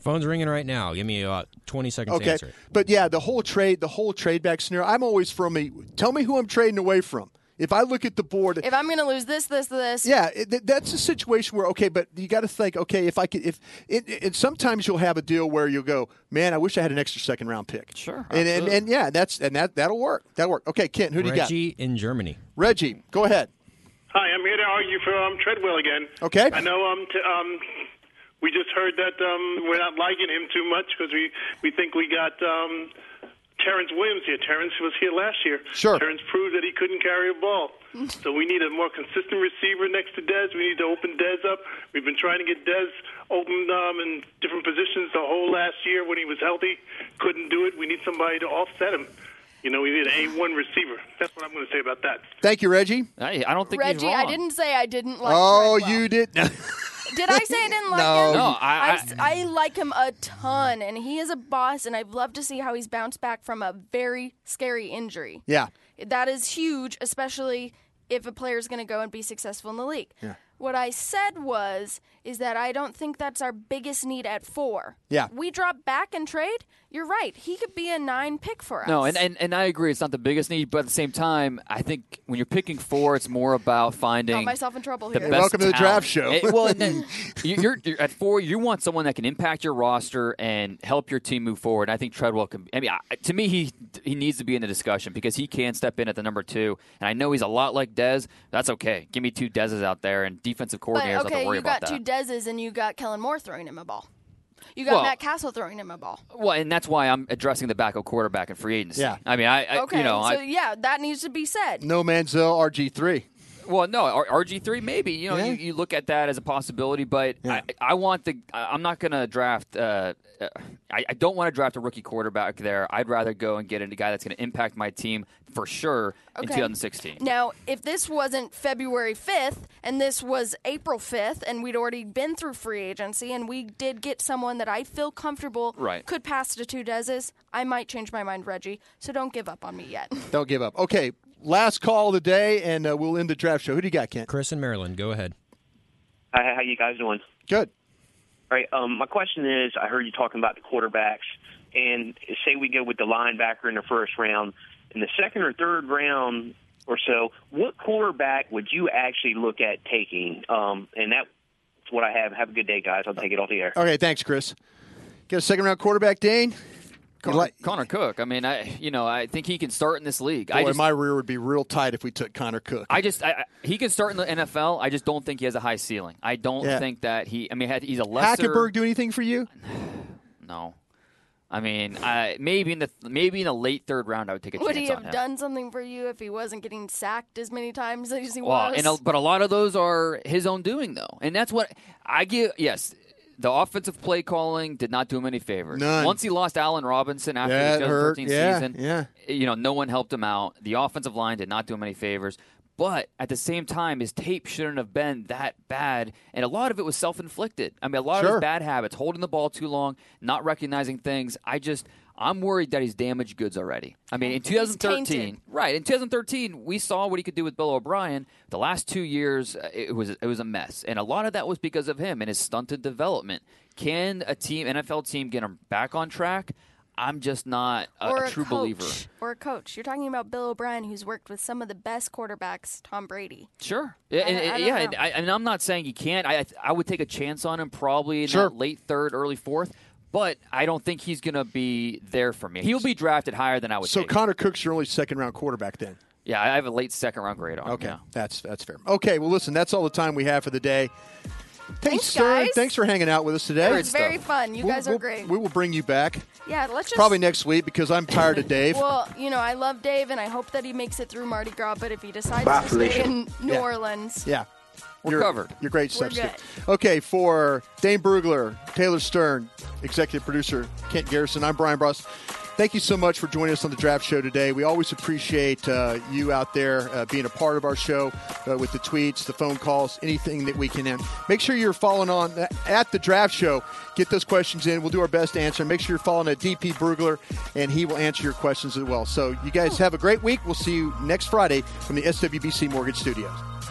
[SPEAKER 14] Phone's ringing right now. Give me about 20 seconds to
[SPEAKER 4] Okay.
[SPEAKER 14] answer. it.
[SPEAKER 4] But yeah, the whole trade, the whole trade back scenario. I'm always from a tell me who I'm trading away from. If I look at the board,
[SPEAKER 5] If I'm going to lose this, this, this,
[SPEAKER 4] Yeah, it- th- that's a situation where okay, but you got to think okay, if I could, if it, it, and sometimes you'll have a deal where you'll go, man, I wish I had an extra second round pick. Sure, and and, and yeah, that's and that that'll work. That'll work. Okay, Kent, who do you got?
[SPEAKER 14] Reggie in Germany.
[SPEAKER 4] Reggie, go ahead.
[SPEAKER 21] Hi, I'm here to argue for um, Treadwell again.
[SPEAKER 4] Okay.
[SPEAKER 21] I know um, t- um, we just heard that um, we're not liking him too much because we, we think we got um, Terrence Williams here. Terrence was here last year.
[SPEAKER 4] Sure. Mm.
[SPEAKER 21] Terrence proved that he couldn't carry a ball. so we need a more consistent receiver next to Dez. We need to open Dez up. We've been trying to get Dez open um, in different positions the whole last year when he was healthy. Couldn't do it. We need somebody to offset him. You know, we need an A1 receiver. That's what I'm going to say about that.
[SPEAKER 4] Thank you, Reggie.
[SPEAKER 6] I, I don't
[SPEAKER 5] Reggie, I didn't say I didn't like.
[SPEAKER 4] Oh, you did.
[SPEAKER 5] Tread- Did I say I didn't like
[SPEAKER 4] No,
[SPEAKER 5] him?
[SPEAKER 4] No, I-
[SPEAKER 5] I s- I like him a ton, and he is a boss, and I've loved to see how he's bounced back from a very scary injury.
[SPEAKER 4] yeah.
[SPEAKER 5] That is huge, especially if a player is going to go and be successful in the league.
[SPEAKER 4] Yeah.
[SPEAKER 5] What I said was is that I don't think that's our biggest need at four.
[SPEAKER 6] Yeah.
[SPEAKER 5] We drop back and trade. You're right. He could be a nine pick for us.
[SPEAKER 6] No, and, and, and I agree. It's not the biggest need, but at the same time, I think when you're picking four, it's more about finding
[SPEAKER 5] got myself in trouble
[SPEAKER 6] the
[SPEAKER 5] here.
[SPEAKER 6] best talent. Eh, well, and then you- you're, you're at four. You want someone that can impact your roster and help your team move forward. And I think Treadwell can. I mean, I, to me, he he needs to be in the discussion because he can step in at the number two. And I know he's a lot like Dez. That's okay. Give me two Dezes out there and defensive
[SPEAKER 5] but
[SPEAKER 6] coordinators. not
[SPEAKER 5] okay,
[SPEAKER 6] to worry
[SPEAKER 5] you got
[SPEAKER 6] about that.
[SPEAKER 5] two Dezes and you got Kellen Moore throwing him a ball. You got
[SPEAKER 6] Well- uh,
[SPEAKER 5] Matt Castle throwing him a ball.
[SPEAKER 6] well, and that's why I'm addressing the backup quarterback and free agency.
[SPEAKER 4] Yeah.
[SPEAKER 6] I mean, I, I
[SPEAKER 5] okay,
[SPEAKER 6] you know,
[SPEAKER 5] so
[SPEAKER 6] I,
[SPEAKER 5] yeah, that needs to be said.
[SPEAKER 4] No Manziel, RG three.
[SPEAKER 6] Well, no, RG three maybe. You know, you, you look at that as a possibility, but I, I want the. I- I'm not going to draft. Uh, uh, I, I don't want to draft a rookie quarterback there. I'd rather go and get a guy that's going to impact my team for sure in
[SPEAKER 5] Okay.
[SPEAKER 6] 2016.
[SPEAKER 5] Now, if this wasn't February 5th and this was April 5th and we'd already been through free agency and we did get someone that I feel comfortable
[SPEAKER 4] Right.
[SPEAKER 5] could pass to two Dezes, I might change my mind, Reggie. So don't give up on me yet.
[SPEAKER 4] Don't give up. Okay, last call of the day, and uh, we'll end the draft show. Who do you got, Kent?
[SPEAKER 14] Chris in Maryland. Go ahead.
[SPEAKER 22] Hi, how- how you guys doing?
[SPEAKER 4] Good.
[SPEAKER 22] All right. Um, my question is, I heard you talking about the quarterbacks, and say we go with the linebacker in the first round, in the second or third round or so, what quarterback would you actually look at taking? Um, and that's what I have. Have a good day, guys. I'll take it off the air.
[SPEAKER 4] Okay, thanks, Chris. Got a second round quarterback, Dane.
[SPEAKER 6] Connor, Connor Cook. I mean, I you know, I think he can start in this league. I
[SPEAKER 4] Boy,
[SPEAKER 6] just,
[SPEAKER 4] my rear would be real tight if we took Connor Cook.
[SPEAKER 6] I just I, I- he can start in the NFL. I just don't think he has a high ceiling. I don't
[SPEAKER 4] Yeah.
[SPEAKER 6] think that he. I mean, had- he's a lesser.
[SPEAKER 4] Hackenberg do anything for you?
[SPEAKER 6] No. I mean, I, maybe in the maybe in the late third round, I would take a
[SPEAKER 5] Would
[SPEAKER 6] chance
[SPEAKER 5] he
[SPEAKER 6] on
[SPEAKER 5] have
[SPEAKER 6] him.
[SPEAKER 5] done something for you if he wasn't getting sacked as many times as he
[SPEAKER 6] Well,
[SPEAKER 5] was?
[SPEAKER 6] and a, but a lot of those are his own doing though, and that's what I give. Yes, the offensive play calling did not do him any favors.
[SPEAKER 4] None.
[SPEAKER 6] Once he lost Allen Robinson after
[SPEAKER 4] That
[SPEAKER 6] the
[SPEAKER 4] hurt.
[SPEAKER 6] 2013
[SPEAKER 4] Yeah,
[SPEAKER 6] season,
[SPEAKER 4] yeah.
[SPEAKER 6] you know, no one helped him out. The offensive line did not do him any favors. But at the same time, his tape shouldn't have been that bad, and a lot of it was self-inflicted. I mean, a lot of
[SPEAKER 4] Sure.
[SPEAKER 6] his bad habits, holding the ball too long, not recognizing things. I just, I'm worried that he's damaged goods already. I mean, in 2013,
[SPEAKER 23] tainted.
[SPEAKER 6] Right. In 2013, we saw what he could do with Bill O'Brien. The last two years, uh, it was it was a mess, and a lot of that was because of him and his stunted development. Can a team, NFL team, get him back on track? I'm just not a,
[SPEAKER 5] or
[SPEAKER 6] a true
[SPEAKER 5] coach,
[SPEAKER 6] believer.
[SPEAKER 5] Or a coach. You're talking about Bill O'Brien, who's worked with some of the best quarterbacks, Tom Brady.
[SPEAKER 6] Sure. Yeah,
[SPEAKER 5] I
[SPEAKER 6] and,
[SPEAKER 5] don't- I
[SPEAKER 6] and-
[SPEAKER 5] don't
[SPEAKER 6] yeah,
[SPEAKER 5] know.
[SPEAKER 6] and I, and I'm not saying he can't. I I would take a chance on him probably in
[SPEAKER 4] Sure.
[SPEAKER 6] that late third, early fourth, but I don't think he's going to be there for me. He'll be drafted higher than I would.
[SPEAKER 4] So
[SPEAKER 6] take.
[SPEAKER 4] Connor Cook's your only second round quarterback then.
[SPEAKER 6] Yeah, I have a late second round grade on. him,
[SPEAKER 4] Okay,
[SPEAKER 6] yeah.
[SPEAKER 4] that's that's fair. Okay, well, listen, that's all the time we have for the day. Thanks, sir.
[SPEAKER 5] guys.
[SPEAKER 4] Thanks for hanging out with us today.
[SPEAKER 5] It was very fun. You
[SPEAKER 4] We'll-
[SPEAKER 5] guys are
[SPEAKER 4] we'll-
[SPEAKER 5] great.
[SPEAKER 4] We will bring you back
[SPEAKER 5] yeah, let's just
[SPEAKER 4] probably next week because I'm tired of Dave.
[SPEAKER 5] Well, you know, I love Dave, and I hope that he makes it through Mardi Gras. But if he decides
[SPEAKER 4] Bye,
[SPEAKER 5] to
[SPEAKER 4] Felicia.
[SPEAKER 5] stay in New
[SPEAKER 4] Yeah.
[SPEAKER 5] Orleans,
[SPEAKER 4] yeah,
[SPEAKER 6] we're
[SPEAKER 4] you're,
[SPEAKER 6] covered.
[SPEAKER 4] You're great
[SPEAKER 5] We're
[SPEAKER 4] stuff. Steve. Okay, for Dane Brugler, Taylor Stern, executive producer Kent Garrison. I'm Brian Bross. Thank you so much for joining us on the Draft Show today. We always appreciate uh, you out there uh, being a part of our show uh, with the tweets, the phone calls, anything that we can. In. Make sure you're following on uh, at the Draft Show. Get those questions in. We'll do our best to answer. Make sure you're following at DP Brugler, and he will answer your questions as well. So you guys have a great week. We'll see you next Friday from the SWBC Mortgage Studios.